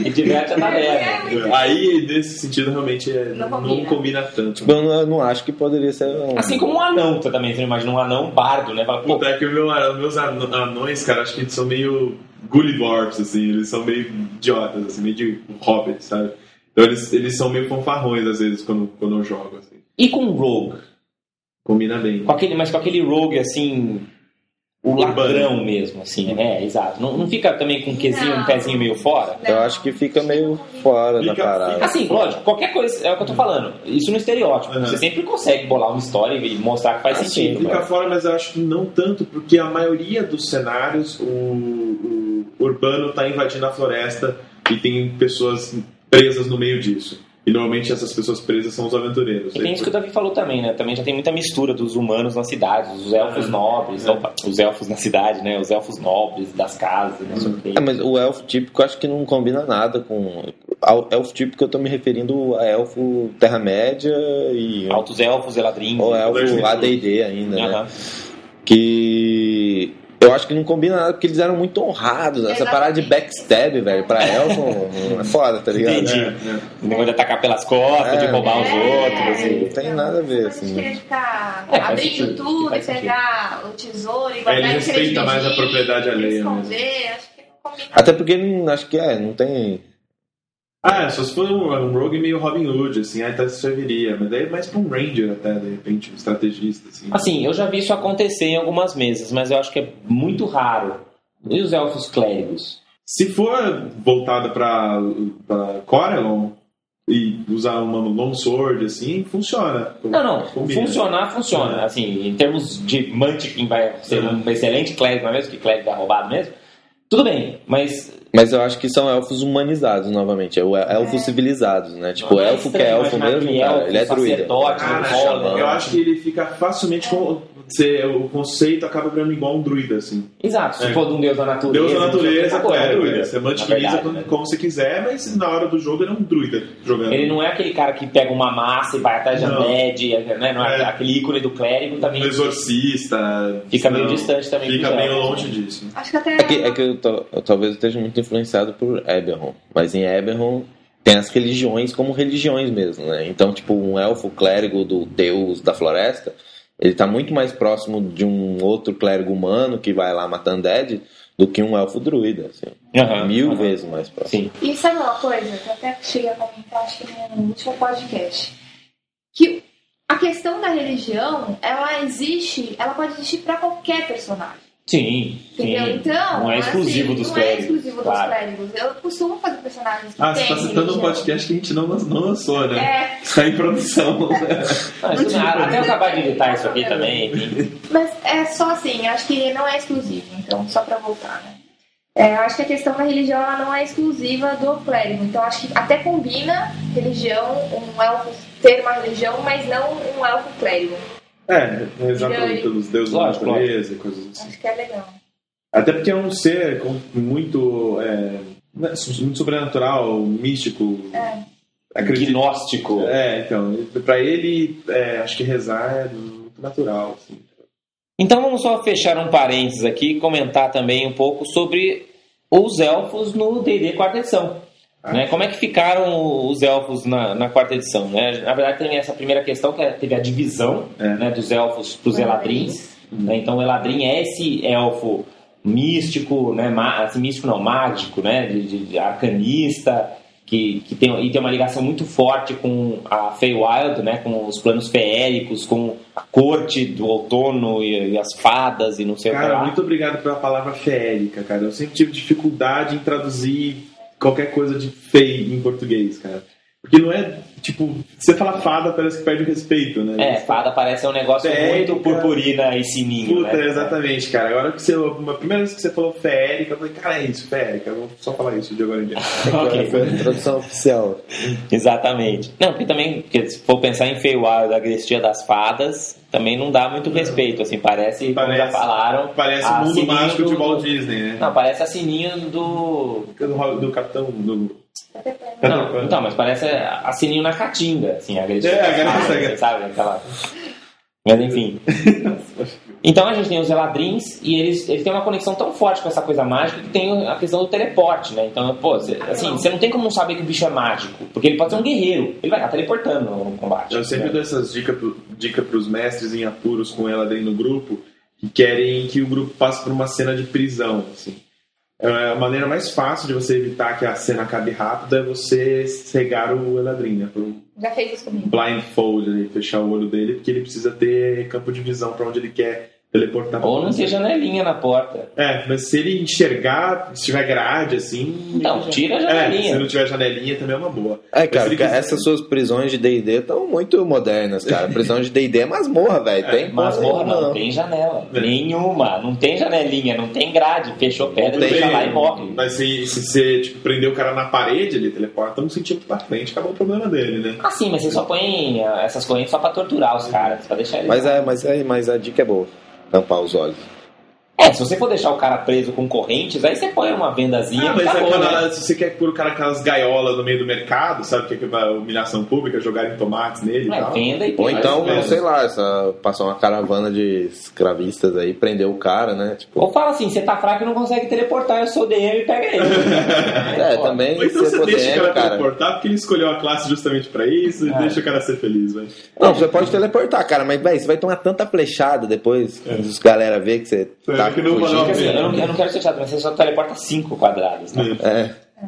S6: tá diverte a
S4: Uhum.
S5: É.
S6: taverna.
S4: Aí, nesse sentido, realmente é-
S5: Não
S4: não,
S5: combina.
S4: combina. tanto.
S3: Tipo, eu não, eu não acho que poderia ser um...
S6: Assim como um anão, você também, você não imagina um anão bardo, né? Fala, pô,
S4: Puta, é que o meu, meus ano- anões, cara, acho que eles são meio Gullidorps, assim, eles são meio idiotas, assim, meio de hobbits, sabe? Então eles, eles são meio fanfarrões, às vezes, quando, quando eu jogo, assim.
S6: e com um rogue?
S4: Combina bem.
S6: Com aquele, mas com aquele rogue, assim, o
S4: Urbano. Uhum.
S6: ladrão mesmo, assim, né? É, exato. Não, não fica também com um quezinho, um
S5: Não.
S6: pezinho meio fora?
S3: Eu acho que fica meio fora da
S4: Fica-
S3: parada.
S6: Assim, lógico, qualquer coisa, é o que eu tô falando. Isso no estereótipo.
S4: Uhum.
S6: Você sempre consegue bolar uma história e mostrar que faz
S3: Assim,
S6: sentido.
S4: Fica
S6: mas-
S4: fora, mas eu acho que não tanto, porque a maioria dos cenários, o, o urbano tá invadindo a floresta e tem pessoas presas no meio disso. E normalmente essas pessoas presas são os aventureiros.
S6: E tem isso É que o Davi falou também, né? Também já tem muita mistura dos humanos nas cidades, os elfos
S4: É.
S6: nobres,
S4: É.
S6: opa, os elfos na cidade, né? Os elfos nobres das casas, não sei o quê.
S3: É, mas o elfo típico acho que não combina nada com. ao Elfo típico eu tô me referindo a elfo Terra-média e.
S6: Altos elfos, eladrinhos.
S3: Ou
S4: Dois
S3: elfo
S4: mil.
S3: ADD ainda, né?
S6: Aham.
S3: Que. Eu acho que não combina nada porque eles eram muito honrados. né? Essa
S5: Exatamente.
S3: parada de backstab, velho, pra
S5: <laughs>
S3: elfo não é foda, tá ligado?
S6: Entendi.
S4: É,
S6: O negócio de atacar pelas costas, de
S3: É.
S6: roubar os
S3: É.
S6: outros. assim.
S3: não
S5: Então,
S3: tem nada a ver,
S5: Mas
S3: assim.
S5: querer ficar
S6: É, faz
S5: abrindo
S6: sentido,
S5: tudo e
S6: faz sentido.
S5: pegar o tesouro e
S4: é. Ele
S5: guardar e querer
S4: respeita mais a
S5: dividir,
S4: propriedade alheia. mesmo.
S5: esconder, acho que não combina.
S3: Até porque não- acho que é, não tem.
S4: Ah, é, só se for um, um rogue meio Robin Hood, assim, aí até serviria. Mas daí é mais pra um ranger, até, de repente, um estrategista, assim.
S6: Assim, eu já vi isso acontecer em algumas mesas, mas eu acho que é muito raro. E os elfos clérigos?
S4: Se for voltada pra, pra Corelon e usar uma longsword, assim, funciona.
S6: Não, não.
S4: Combina.
S6: Funcionar, funciona.
S4: É.
S6: Assim, em termos de Mantiquin vai ser
S4: É.
S6: um excelente clérigo, não é mesmo? Que clérigo é roubado mesmo. Tudo bem, mas
S3: Mas eu acho que são elfos humanizados, novamente. É o elfos civilizados, né? Tipo,
S6: Não, é
S3: elfo que é
S6: estranho
S3: elfo
S6: imaginar
S3: mesmo,
S6: que
S3: cara,
S6: elfo,
S3: ele é druida.
S6: sacerdote,
S4: Cara,
S6: Rola, né?
S4: eu acho que ele fica facilmente com. Você, o conceito acaba virando igual um druida, assim.
S6: Exato, se
S4: É.
S6: for de um deus da natureza.
S4: Deus da natureza,
S6: não sei o que,
S4: é,
S6: pô,
S4: druida. Você
S6: Na
S4: mantiliza
S6: verdade,
S4: como,
S6: né?
S4: como você quiser, mas na hora do jogo ele é um druida jogando.
S6: Ele não é aquele cara que pega uma massa e vai atrás de
S4: Não.
S6: Amed, né? Não é
S4: É.
S6: aquele ícone do clérigo também.
S4: Um exorcista.
S6: Fica meio
S4: não,
S6: distante também
S4: Fica
S6: dos
S4: meio
S6: elfos,
S4: longe
S6: né?
S4: disso.
S5: Acho que até.
S3: É que, é que eu, to- eu talvez esteja muito influenciado por Eberron, mas em Eberron tem as religiões como religiões mesmo, né? Então, tipo, um elfo clérigo do deus da floresta, ele tá muito mais próximo de um outro clérigo humano que vai lá matando Dead do que um elfo druida, assim.
S6: Aham,
S3: Mil
S6: Ah, aham.
S3: vezes mais próximo.
S6: Sim.
S5: E sabe uma coisa que eu até cheguei a comentar, acho que no último podcast, que a questão da religião, ela existe, ela pode existir pra qualquer personagem.
S6: Sim.
S5: Entendeu?
S6: sim.
S5: Então,
S6: não é
S5: assim,
S6: exclusivo dos
S5: não é
S6: clérigos.
S5: exclusivo
S6: claro.
S5: dos clérigos. Eu costumo fazer personagens que
S4: Ah, você
S5: têm
S4: tá citando um
S5: religião.
S4: podcast que a gente não, lan- não lançou, né?
S5: É,
S4: Está em produção. né?
S6: Não,
S4: <laughs>
S6: Ah, isso
S4: Não tinha
S6: não- até eu
S4: problema.
S6: acabar de editar isso aqui também, enfim.
S5: Mas é só assim, acho que não é exclusivo, então só pra voltar, né? É, acho que a questão da religião ela não é exclusiva do clérigo, então acho que até combina religião, um elfo ter uma religião, mas não um elfo clérigo.
S4: é, exatamente, pelos deuses da
S6: Lógico,
S4: natureza e coisas assim.
S5: Acho que é legal.
S4: Até porque é um ser com- muito, é, né, su- muito sobrenatural, místico.
S5: É.
S4: Acredito.
S6: Gnóstico.
S4: É, então, pra ele, é, acho que rezar é muito natural. Assim.
S6: Então vamos só fechar um parênteses aqui e comentar também um pouco sobre os elfos no D&D quarta edição. né? Como é que ficaram os elfos na, na quarta edição? né? Na verdade tem essa primeira questão que é- teve a divisão
S4: É.
S6: né, dos elfos para os eladrins. né? Então o eladrin é esse elfo místico, né? ma- assim, místico não, mágico, né? de, de- de arcanista, que, que tem, e tem uma ligação muito forte com a Feywild, né? com os planos feéricos, com a corte do outono e, e as fadas e não sei o que
S4: Cara,
S6: lá.
S4: muito obrigado pela palavra feérica, cara. Eu sempre tive dificuldade em traduzir qualquer coisa de fei em português, cara. Porque não é, tipo, você fala fada, parece que perde o respeito,
S6: É,
S4: né?
S6: fada parece um negócio
S4: Feérica.
S6: muito purpurina e sininho,
S4: Puta,
S6: né?
S4: exatamente, cara. Agora que você. A primeira vez que você falou feérica, eu falei, cara, é isso, feérica. Eu vou só falar isso de agora em diante.
S6: <laughs> Ok.
S3: Foi a introdução oficial.
S6: Exatamente. Não, porque também, porque se for pensar em Feywild, a Grestia das Fadas, também não dá muito respeito, assim, parece, como já
S4: Parece.
S6: falaram,
S4: Parece o
S6: Ah,
S4: mundo
S6: sininho
S4: mágico de
S6: do-
S4: Walt Disney, né?
S6: Não, parece a sininho do.
S4: Do, Ro- do capitão. Do...
S5: Até pra mim.
S6: Não, então, mas parece a sininho na caatinga, assim, a grande.
S4: É, a grande-
S6: Sabe, aquela. Mas
S4: <laughs>
S6: enfim. Então a gente tem os Eladrins e eles, eles têm uma conexão tão forte com essa coisa mágica que tem a questão do teleporte, né? Então, pô, cê- assim, você não tem como não saber que o bicho é mágico, porque ele pode ser um guerreiro, ele vai estar teleportando no combate.
S4: Eu sempre
S6: né?
S4: dou essas dicas pro, dica pros mestres em apuros com ela dentro do grupo que querem que o grupo passe por uma cena de prisão, assim. É, A maneira mais fácil de você evitar que a cena acabe rápido é você cegar o Eladrin, né? Por um
S5: Já fez isso comigo.
S4: blindfold, né? fechar o olho dele, porque ele precisa ter campo de visão pra onde ele quer teleportar.
S6: Ou não ter janelinha na porta.
S4: É, mas se ele enxergar, se tiver grade, assim...
S6: Então,
S4: ele já-
S6: tira a
S4: É, se
S6: janelinha.
S4: não tiver janelinha também é uma boa.
S3: É,
S4: Mas se
S3: cara,
S4: ele
S3: porque
S4: quiser-
S3: essas suas prisões de D&D estão muito modernas, cara.
S4: <laughs>
S3: Prisão de D&D é masmorra, velho. Tem
S6: Mas porra, não,
S3: não.
S6: tem janela.
S4: É.
S6: Nenhuma. Não tem janelinha, não tem grade. Fechou pedra,
S3: Tudo
S6: deixa
S3: bem.
S6: lá e morre.
S4: É. Mas se, se você tipo, prender o cara na parede, ele teleporta um centímetro pra frente, acabou o problema dele, né?
S6: Ah, sim, mas você só põe ah, essas correntes só pra torturar os caras, pra deixar eles.
S3: Mas, é, mas, é, mas a dica é boa. Tampar os olhos.
S6: É, se você for deixar o cara preso com correntes, aí você põe uma vendazinha
S4: ah,
S6: e
S4: mas
S6: acabou,
S4: aquela-
S6: né?
S4: se você quer pôr o cara com aquelas gaiolas no meio do mercado, sabe o que é que vai- humilhação pública, jogarem tomates nele e
S6: Não é
S4: tal.
S6: venda e
S3: Ou
S6: põe.
S3: então,
S4: mesmo.
S3: sei lá, essa, passar uma caravana de escravistas aí, prender o cara, né? Tipo,
S6: Ou fala assim, você tá fraco e não consegue teleportar, eu sou DM e pega ele.
S3: <laughs> é,
S6: Pô,
S3: também
S4: Ou então
S3: se
S4: você
S3: for
S4: deixa
S3: DM,
S4: o cara,
S3: cara.
S4: teleportar porque ele escolheu a classe justamente pra isso e
S6: Ah.
S4: deixa o cara ser feliz, né? velho.
S3: Não, você pode teleportar, cara, mas, velho, você vai tomar tanta flechada depois, quando os galera vê que você
S4: É,
S3: tá
S4: que não valeu a
S6: Porque, assim,
S3: fugindo.
S6: eu, não, eu não quero ser chato, mas você só teleporta cinco quadrados, né?
S3: É,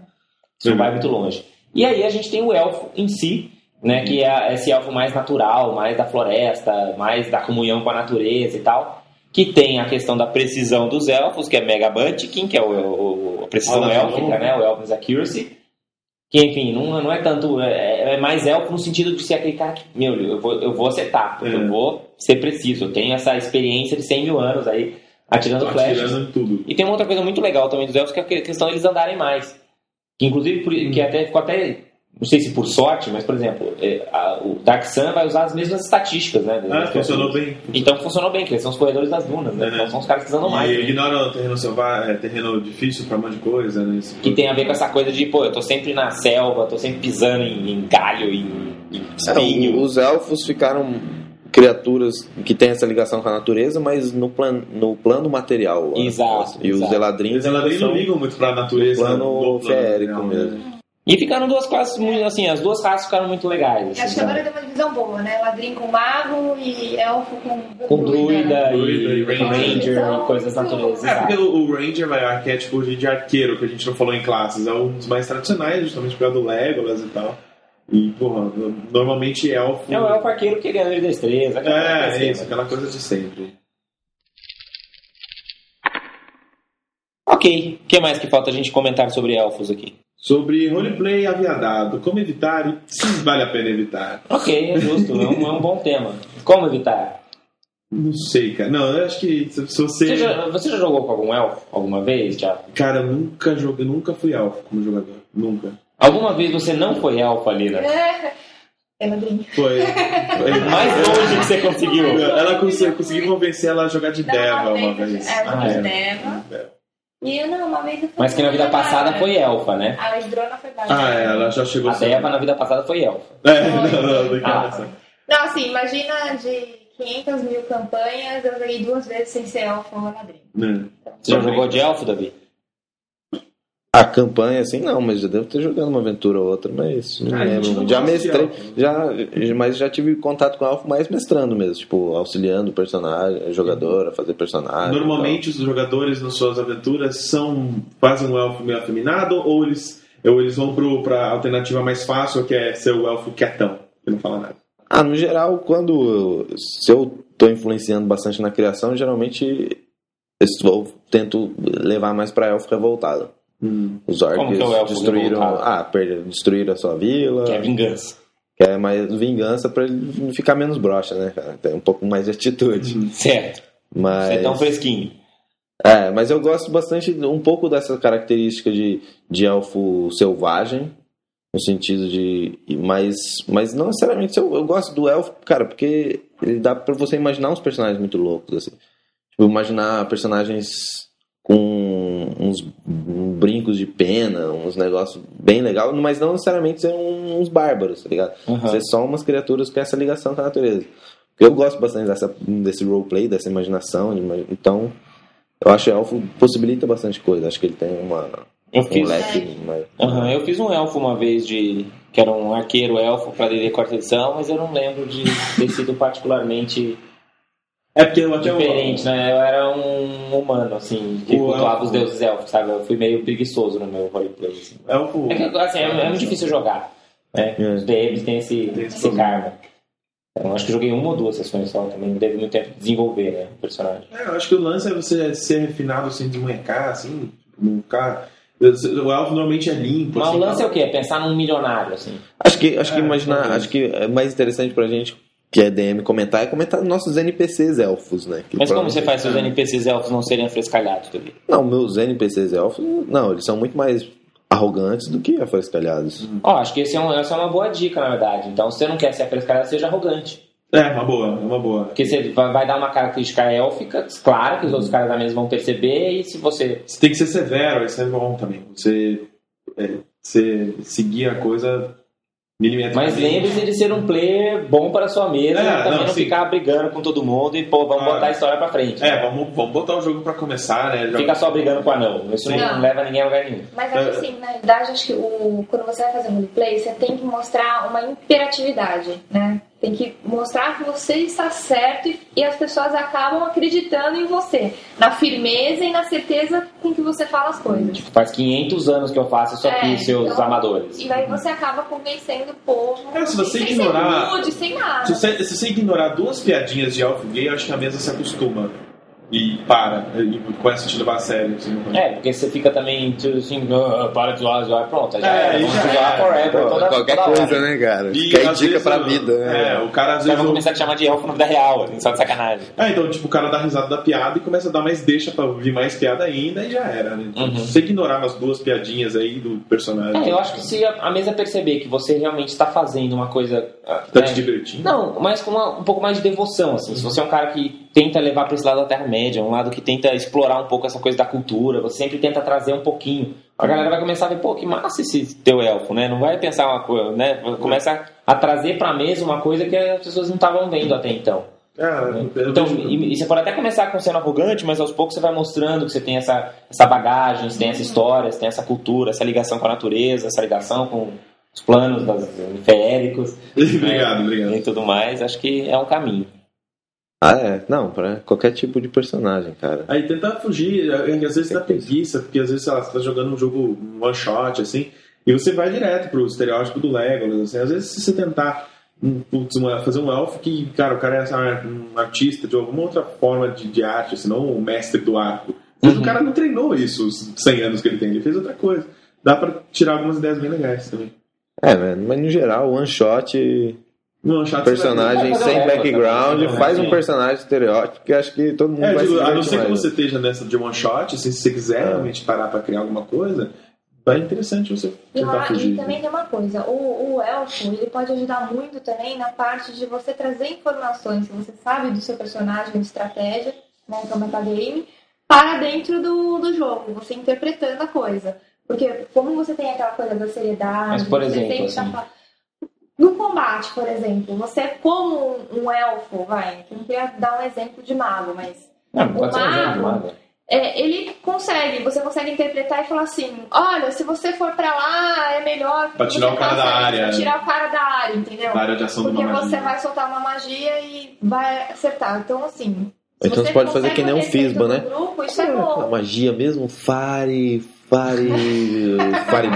S6: Você não vai muito longe. E aí a gente tem o elfo em si, né? Que é esse elfo mais natural, mais da floresta, mais da comunhão com a natureza e tal. Que tem a questão da precisão dos elfos, que é Mega Bunchkin, que é o, o- a precisão
S4: Olha,
S6: élfica,
S4: não.
S6: né? O Elf's Accuracy. Que, enfim, não, não é tanto... É, é mais elfo no sentido de ser aquele cara que... Meu, eu vou, eu vou acertar, porque
S4: É.
S6: eu vou ser preciso. Eu tenho essa experiência de 100 mil anos aí, atirando flechas.
S4: Atirando em tudo.
S6: E tem uma outra coisa muito legal também dos elfos, que é a questão deles andarem mais. Que, inclusive, por- que até ficou até. Não sei se por sorte, mas, por exemplo, eh, a- o Dark Sun vai usar as mesmas estatísticas, né?
S4: Ah, funcionou bem.
S6: Então funcionou bem, que eles são os corredores das dunas, né?
S4: É, né?
S6: Então são os caras que andam mais.
S4: e
S6: né?
S4: ignora o terreno selvagem, é, terreno difícil pra um monte de coisa, né? Isso
S6: Que
S4: tudo.
S6: tem a ver com essa coisa de, pô, eu tô sempre na selva, tô sempre pisando em, em galho, em, em
S3: É,
S6: espinho.
S3: o- os elfos ficaram criaturas que têm essa ligação com a natureza, mas no, plan, no plano material. né?
S6: Exato,
S3: E os
S6: exato.
S3: eladrins.
S4: Eles elas nem não
S3: são-
S4: ligam muito pra natureza. né?
S3: plano
S4: do né?
S3: feérico
S4: real,
S3: mesmo.
S6: E E ficaram duas classes muito, assim, as duas raças ficaram muito legais. assim,
S5: Acho que é
S6: sabe?
S5: agora tem uma divisão boa, né? Ladrim com mago e elfo com... né?
S6: Com druida e
S4: Druida e
S6: ranger
S5: ranger.
S6: e coisas natureza.
S4: É, porque
S6: exato.
S4: o o Ranger vai arquétipo de de arqueiro, que a gente não falou em classes, é um dos mais tradicionais, justamente por causa do Legolas e tal. E, porra, no- normalmente elfo.
S6: É o elfo arqueiro que ganha de destreza. aquela coisa
S4: É,
S6: assim,
S4: é isso,
S6: né?
S4: aquela coisa de sempre.
S6: Ok, o que mais que falta a gente comentar sobre elfos aqui?
S4: Sobre roleplay aviadado, como evitar e se vale a pena evitar.
S6: Ok, é justo, é um, é um bom tema. Como evitar?
S4: Não sei, cara. Não, eu acho que se se você.
S6: Você já, você já jogou com algum elfo alguma vez, Thiago?
S4: Cara, eu nunca joguei, nunca fui elfo como jogador. Nunca.
S6: Alguma vez você não foi elfo, Alina?
S5: É, <laughs> é ladrim.
S6: <laughs>
S4: Foi. foi-
S6: Mais longe que você conseguiu.
S4: Ela conseguiu, consegui convencer ela a jogar de Deva uma vez.
S5: É, uma
S6: Ah,
S5: vez
S6: é.
S5: deva.
S4: Deva.
S5: E eu não, uma vez eu fui
S6: Mas que na vida passada foi elfa, né?
S5: A Esdrona foi básica.
S4: Ah, é,
S5: <laughs>
S4: ela <laughs> já chegou
S6: A Deva na vida passada foi elfa.
S4: É, não, não, não,
S6: Ah.
S4: não, não.
S5: Não, assim, imagina de 500 mil campanhas, eu joguei duas vezes sem ser elfo ou ladrim.
S4: Não.
S6: Você já
S4: Também.
S6: jogou de elfo, Davi?
S3: A campanha, assim, não, mas já devo ter jogado uma aventura ou outra, mas não
S4: Ah, a gente
S3: lembro.
S4: não
S3: já
S4: gosta de
S3: mestrei,
S4: elfo. né?
S3: já, mas já tive contato com o Elfo mais mestrando mesmo, tipo, auxiliando o personagem, a jogadora, fazer personagem. e
S4: Normalmente os jogadores nas suas aventuras são fazem um elfo meio afeminado ou eles, ou eles vão pro, pra alternativa mais fácil, que é ser o elfo quietão, que não fala nada.
S3: tal. Ah, no geral, quando. eu- Se eu tô influenciando bastante na criação, geralmente eu tento levar mais pra Elfo revoltado. Os
S6: Como
S3: orcs
S6: que é o elfo
S3: destruíram.
S6: revoltado?
S3: Ah, perderam, destruíram a sua vila.
S6: Que é vingança.
S3: Que é mais vingança pra ele ficar menos broxa, né, cara? Tem um pouco mais de atitude.
S6: Certo. Você é
S3: Mas.
S6: tão fresquinho.
S3: É, mas eu gosto bastante um pouco dessa característica de, de elfo selvagem, no sentido de. Mas, mas não necessariamente. Eu, eu gosto do elfo, cara, porque ele dá pra você imaginar uns personagens muito loucos, assim. Tipo, imaginar personagens com uns um brincos de pena, uns negócios bem legal, mas não necessariamente ser um- uns bárbaros, tá ligado?
S6: Aham.
S3: Ser só umas criaturas com essa ligação com a natureza. Eu gosto bastante dessa, desse roleplay, dessa imaginação, de ima- então eu acho que o elfo possibilita bastante coisa. Acho que ele tem uma,
S6: Eu
S3: um
S6: fiz.
S3: leque mais.
S6: Aham, eu fiz um elfo uma vez de. que era um arqueiro elfo pra DD quarta edição, mas eu não lembro de ter sido particularmente
S4: É porque <laughs> eu até
S6: diferente, né? Eu era um humano, assim, que
S4: O
S6: cultuava
S4: elfo.
S6: os deuses elfos, sabe? Eu fui meio preguiçoso no meu roleplay. Assim.
S4: o elfo.
S6: É que, assim, é, é muito difícil jogar. Né?
S3: É.
S6: Os DMs têm esse,
S4: Tem esse
S6: esse
S4: problema.
S6: karma. Então, acho que eu joguei uma ou duas sessões só também, não teve muito tempo de desenvolver né, o personagem.
S4: É, eu acho que o lance é você ser refinado sem desmunhecar, assim, não ficar. O elfo normalmente é limpo.
S6: Mas o
S4: assim,
S6: lance é o quê? É pensar num milionário, assim.
S3: Acho que acho que
S4: É,
S3: imaginar,
S4: talvez.
S3: acho que é mais interessante pra gente que é DM comentar é comentar nossos NPCs elfos, né? Que
S6: Mas como
S3: provavelmente-
S6: você faz seus NPCs elfos não serem afrescalhados, Davi?
S3: Não, meus NPCs elfos, não, eles são muito mais arrogantes do que afrescalhados.
S6: Ó, acho que esse é um- essa é uma boa dica, na verdade. Então, se você não quer ser afrescalhado, seja arrogante.
S4: É, uma boa, é uma boa.
S6: Porque você vai vai dar uma característica élfica, claro, que os outros caras da mesa vão perceber, e se você.
S4: Você tem que ser severo, isso é bom também. Você, é, você seguir a coisa milimetricamente.
S6: Mas lembre-se de ser um player bom para a sua mesa
S4: É,
S6: e também
S4: não,
S6: não,
S4: sim.
S6: ficar brigando com todo mundo e, pô, vamos
S4: Ah.
S6: botar a história pra frente.
S4: É, vamos, vamos botar o jogo pra começar, né?
S6: Fica só brigando com o anão. Isso não,
S5: Não.
S6: leva ninguém a lugar nenhum.
S5: Mas acho
S4: É.
S5: assim, na verdade, acho que o, quando você vai fazer roleplay, você tem que mostrar uma imperatividade, né? Tem que mostrar que você está certo e, e as pessoas acabam acreditando em você. Na firmeza e na certeza com que você fala as coisas.
S6: Faz 500 anos que eu faço isso aqui,
S5: É,
S6: seus
S5: então-
S6: amadores.
S5: E aí você acaba convencendo o povo.
S4: Cara, É, se você
S5: sem
S4: ignorar-
S5: Sem nude, sem nada.
S4: Se você, se você ignorar duas piadinhas de elfo gay, eu acho que a mesa se acostuma. E para. E começa a te levar a sério. Assim,
S6: É, porque você fica também tipo assim, "Ah, para de zoar, zoar, pronto, já
S4: É,
S6: era, vamos
S4: já
S6: zoar
S4: é.
S6: forever, toda, toda hora.
S3: né, cara?
S4: E,
S3: Fica aí
S4: às
S3: dica
S4: vezes,
S3: pra vida, né?
S4: É, o cara às
S6: Os caras
S4: vezes.
S6: vão
S4: não-
S6: É, começar a te chamar de elfo na vida real, assim, só de sacanagem.
S4: É, então, tipo, o cara dá risada da piada e começa a dar mais deixa pra ouvir mais piada ainda e já era, né? Então,
S6: Uhum.
S4: Se você ignorar as duas piadinhas aí do personagem.
S6: É, eu acho que se a, a mesa perceber que você realmente está fazendo uma coisa. ah,
S4: Tá
S6: né,
S4: te divertindo.
S6: Não, mas com uma- um pouco mais de devoção, assim. Se você é um cara que tenta levar para esse lado da Terra-média, um lado que tenta explorar um pouco essa coisa da cultura, você sempre tenta trazer um pouquinho. A galera vai começar a ver, pô, que massa esse teu elfo, né? Não vai pensar uma coisa, né? Começa a trazer para a mesa uma coisa que as pessoas não estavam vendo até então.
S4: Cara, Ah, eu
S6: Então,
S4: vejo-
S6: e, e você pode até começar com sendo arrogante, mas aos poucos você vai mostrando que você tem essa, essa bagagem, você tem essa história, você tem essa cultura, essa ligação com a natureza, essa ligação com os planos das féricos
S4: <laughs> obrigado, obrigado.
S6: e tudo mais. Acho que é um caminho.
S3: Ah, é. Não, pra qualquer tipo de personagem, cara.
S4: Aí tentar fugir, é que às vezes dá preguiça, porque às vezes, sei lá, você tá jogando um jogo um one shot, assim, e você vai direto pro estereótipo do Legolas, assim. Às vezes, se você tentar um, putz, uma- fazer um elfo que, cara, o cara é sabe, um artista de alguma outra forma de, de arte, assim, não o mestre do arco. Mas o cara não treinou isso os 100 anos que ele tem, ele fez outra coisa. Dá pra tirar algumas ideias bem legais também.
S3: É, né? mas no geral, one shot,
S4: Um one shot
S3: personagem
S6: Fazer um
S3: sem
S4: é,
S6: Legolas,
S3: background,
S6: né? Fazer um
S3: faz um
S6: Legolas.
S3: personagem estereótipo que acho que todo mundo
S4: É, eu
S3: vai
S4: digo,
S3: se
S4: a não
S3: divertir
S4: ser que
S3: mais.
S4: você esteja nessa de one shot, assim, se você
S3: É.
S4: quiser realmente parar pra criar alguma coisa, vai é interessante você
S5: Ah, E,
S4: tentar
S5: lá-
S4: fugir.
S5: e também tem uma coisa, o, o elfo ele pode ajudar muito também na parte de você trazer informações que você sabe do seu personagem, de estratégia, né, que é o metagame, para dentro do, do jogo, você interpretando a coisa. Porque como você tem aquela coisa da seriedade,
S6: Mas, por
S5: você
S6: exemplo,
S5: tem que tá
S6: assim-
S5: fa- No combate, por exemplo, você como um, um elfo, vai, que não queria dar um exemplo de mago, mas
S6: Não, pode ser um jogo de
S5: Mago.
S6: mago.
S5: é, ele consegue, você consegue interpretar e falar assim: olha, se você for pra lá, é melhor.
S4: Pra tirar
S5: você
S4: o cara
S5: faça
S4: da
S5: isso,
S4: área.
S5: Tirar o cara da área, entendeu?
S4: área de ação
S5: Porque
S4: do
S5: você vai soltar uma magia e vai acertar. Então, assim. se
S3: Então você pode fazer
S5: consegue
S3: que nem um
S5: o respeito
S3: Fisba,
S5: do
S3: né?
S5: Grupo, isso é
S3: A
S5: bom.
S3: magia mesmo, fare, fare, <laughs> fare,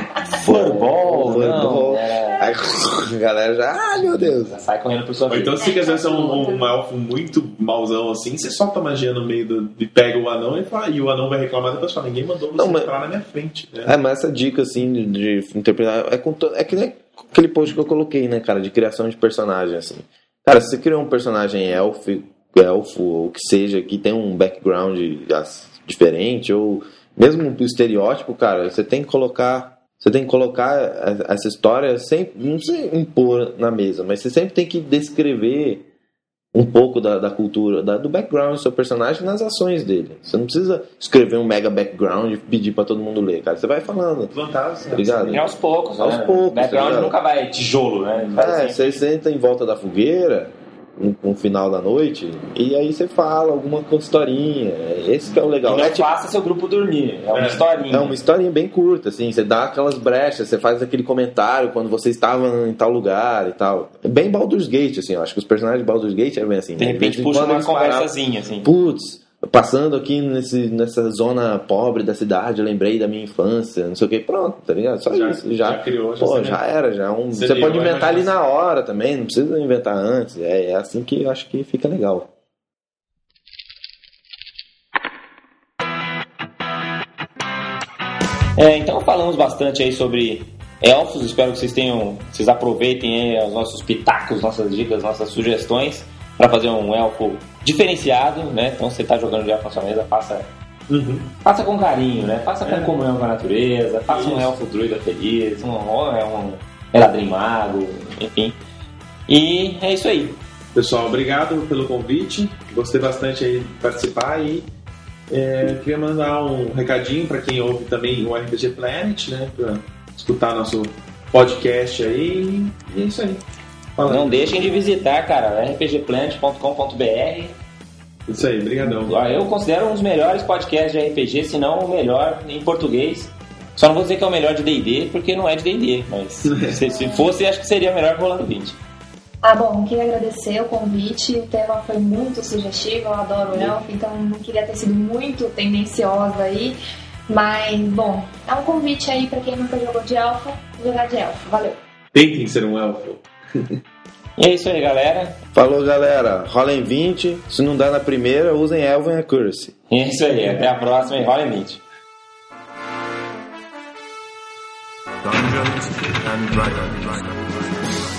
S6: Furball,
S3: furball.
S6: não, é,
S3: Aí <laughs> a galera já, ai meu Deus.
S6: já sai correndo por sua
S4: Ou
S6: vida.
S5: É,
S4: então, se você quiser ser um, um- um elfo muito mauzão assim, você solta a magia no meio do, e pega o anão e, fala, e o anão vai reclamar depois fala: ninguém mandou você
S3: Não, mas-
S4: entrar na minha frente. Né?
S3: É, mas essa dica assim de, de interpretar é, com to- é que nem aquele post que eu coloquei, né, cara, de criação de personagem assim. Cara, se você criou um personagem elfo, elfo ou o que seja, que tem um background as- diferente ou mesmo um estereótipo, cara, você tem que colocar você tem que colocar a- essa história sem não sei impor na mesa, mas você sempre tem que descrever um pouco da, da cultura, da- do background do seu personagem nas ações dele. Você não precisa escrever um mega background e pedir pra todo mundo ler, cara. Você vai falando,
S4: Plantar,
S3: tá ligado?
S6: E aos poucos,
S3: Aos
S6: né?
S3: poucos,
S6: Background
S3: tá ligado?
S6: nunca vai tijolo, né? Vai
S3: É,
S6: assim.
S3: você senta em volta da fogueira no, no final da noite e aí você fala alguma historinha. Esse que é o
S6: E
S3: legal.
S6: não
S3: Não é, tipo,
S6: faça seu grupo dormir. É uma
S4: É.
S6: historinha.
S3: é uma historinha bem curta, assim. Você dá aquelas brechas, você faz aquele comentário quando você estava em tal lugar e tal. É bem Baldur's Gate, assim. Eu acho que os personagens de Baldur's Gate é bem assim.
S6: De
S3: né?
S6: repente
S3: vez em
S6: puxa
S3: quando
S6: uma
S3: eles paravam-
S6: conversazinha, assim.
S3: putz, passando aqui nesse, nessa zona pobre da cidade, eu lembrei da minha infância, não sei o que, pronto, tá ligado? Só
S4: Já-
S3: isso, já.
S4: assim, já criou, já
S3: pô,
S4: sabe.
S3: já era, já. é Um,
S4: Você
S3: você
S4: ligou
S3: pode
S4: a
S3: inventar ali
S4: imaginação.
S3: na hora também, não precisa inventar antes. É, é assim que eu acho que fica legal.
S6: É, então falamos bastante aí sobre elfos, espero que vocês tenham, vocês aproveitem aí os nossos pitacos, nossas dicas, nossas sugestões para fazer um elfo diferenciado, né? Então se você tá jogando de elfo na sua mesa, faça,
S4: Uhum.
S6: faça com carinho, né? Faça com
S4: É.
S6: comunhão com a natureza, faça um
S4: Isso.
S6: elfo druida feliz, um, um, um eladrim mago, enfim. E é isso aí.
S4: Pessoal, obrigado pelo convite. Gostei bastante aí de participar e é, queria mandar um recadinho para quem ouve também o RPG Planet, né? Para escutar nosso podcast aí. E é isso aí. Fala.
S6: Não deixem de visitar, cara, rpgplanet.com.br
S4: Isso aí, brigadão.
S6: Ah, Eu considero um dos melhores podcasts de RPG, se não o melhor em português. Só não vou dizer que é o melhor de D&D, porque não é de D&D, mas se, se fosse, acho que seria melhor que o Rolando 20.
S5: Ah, bom, queria agradecer o convite. O tema foi muito sugestivo, eu adoro o elfo, então não queria ter sido muito tendenciosa aí. Mas, bom, é um convite aí pra quem nunca jogou de elfo, jogar de elfo. Valeu!
S4: Tentem ser um elfo.
S6: E é isso aí, galera.
S3: Falou, galera. Rolem 20. Se não dá na primeira, usem Elven Accuracy.
S6: E é isso aí. Até a próxima e Rolando 20.
S7: Dungeons and Dragons.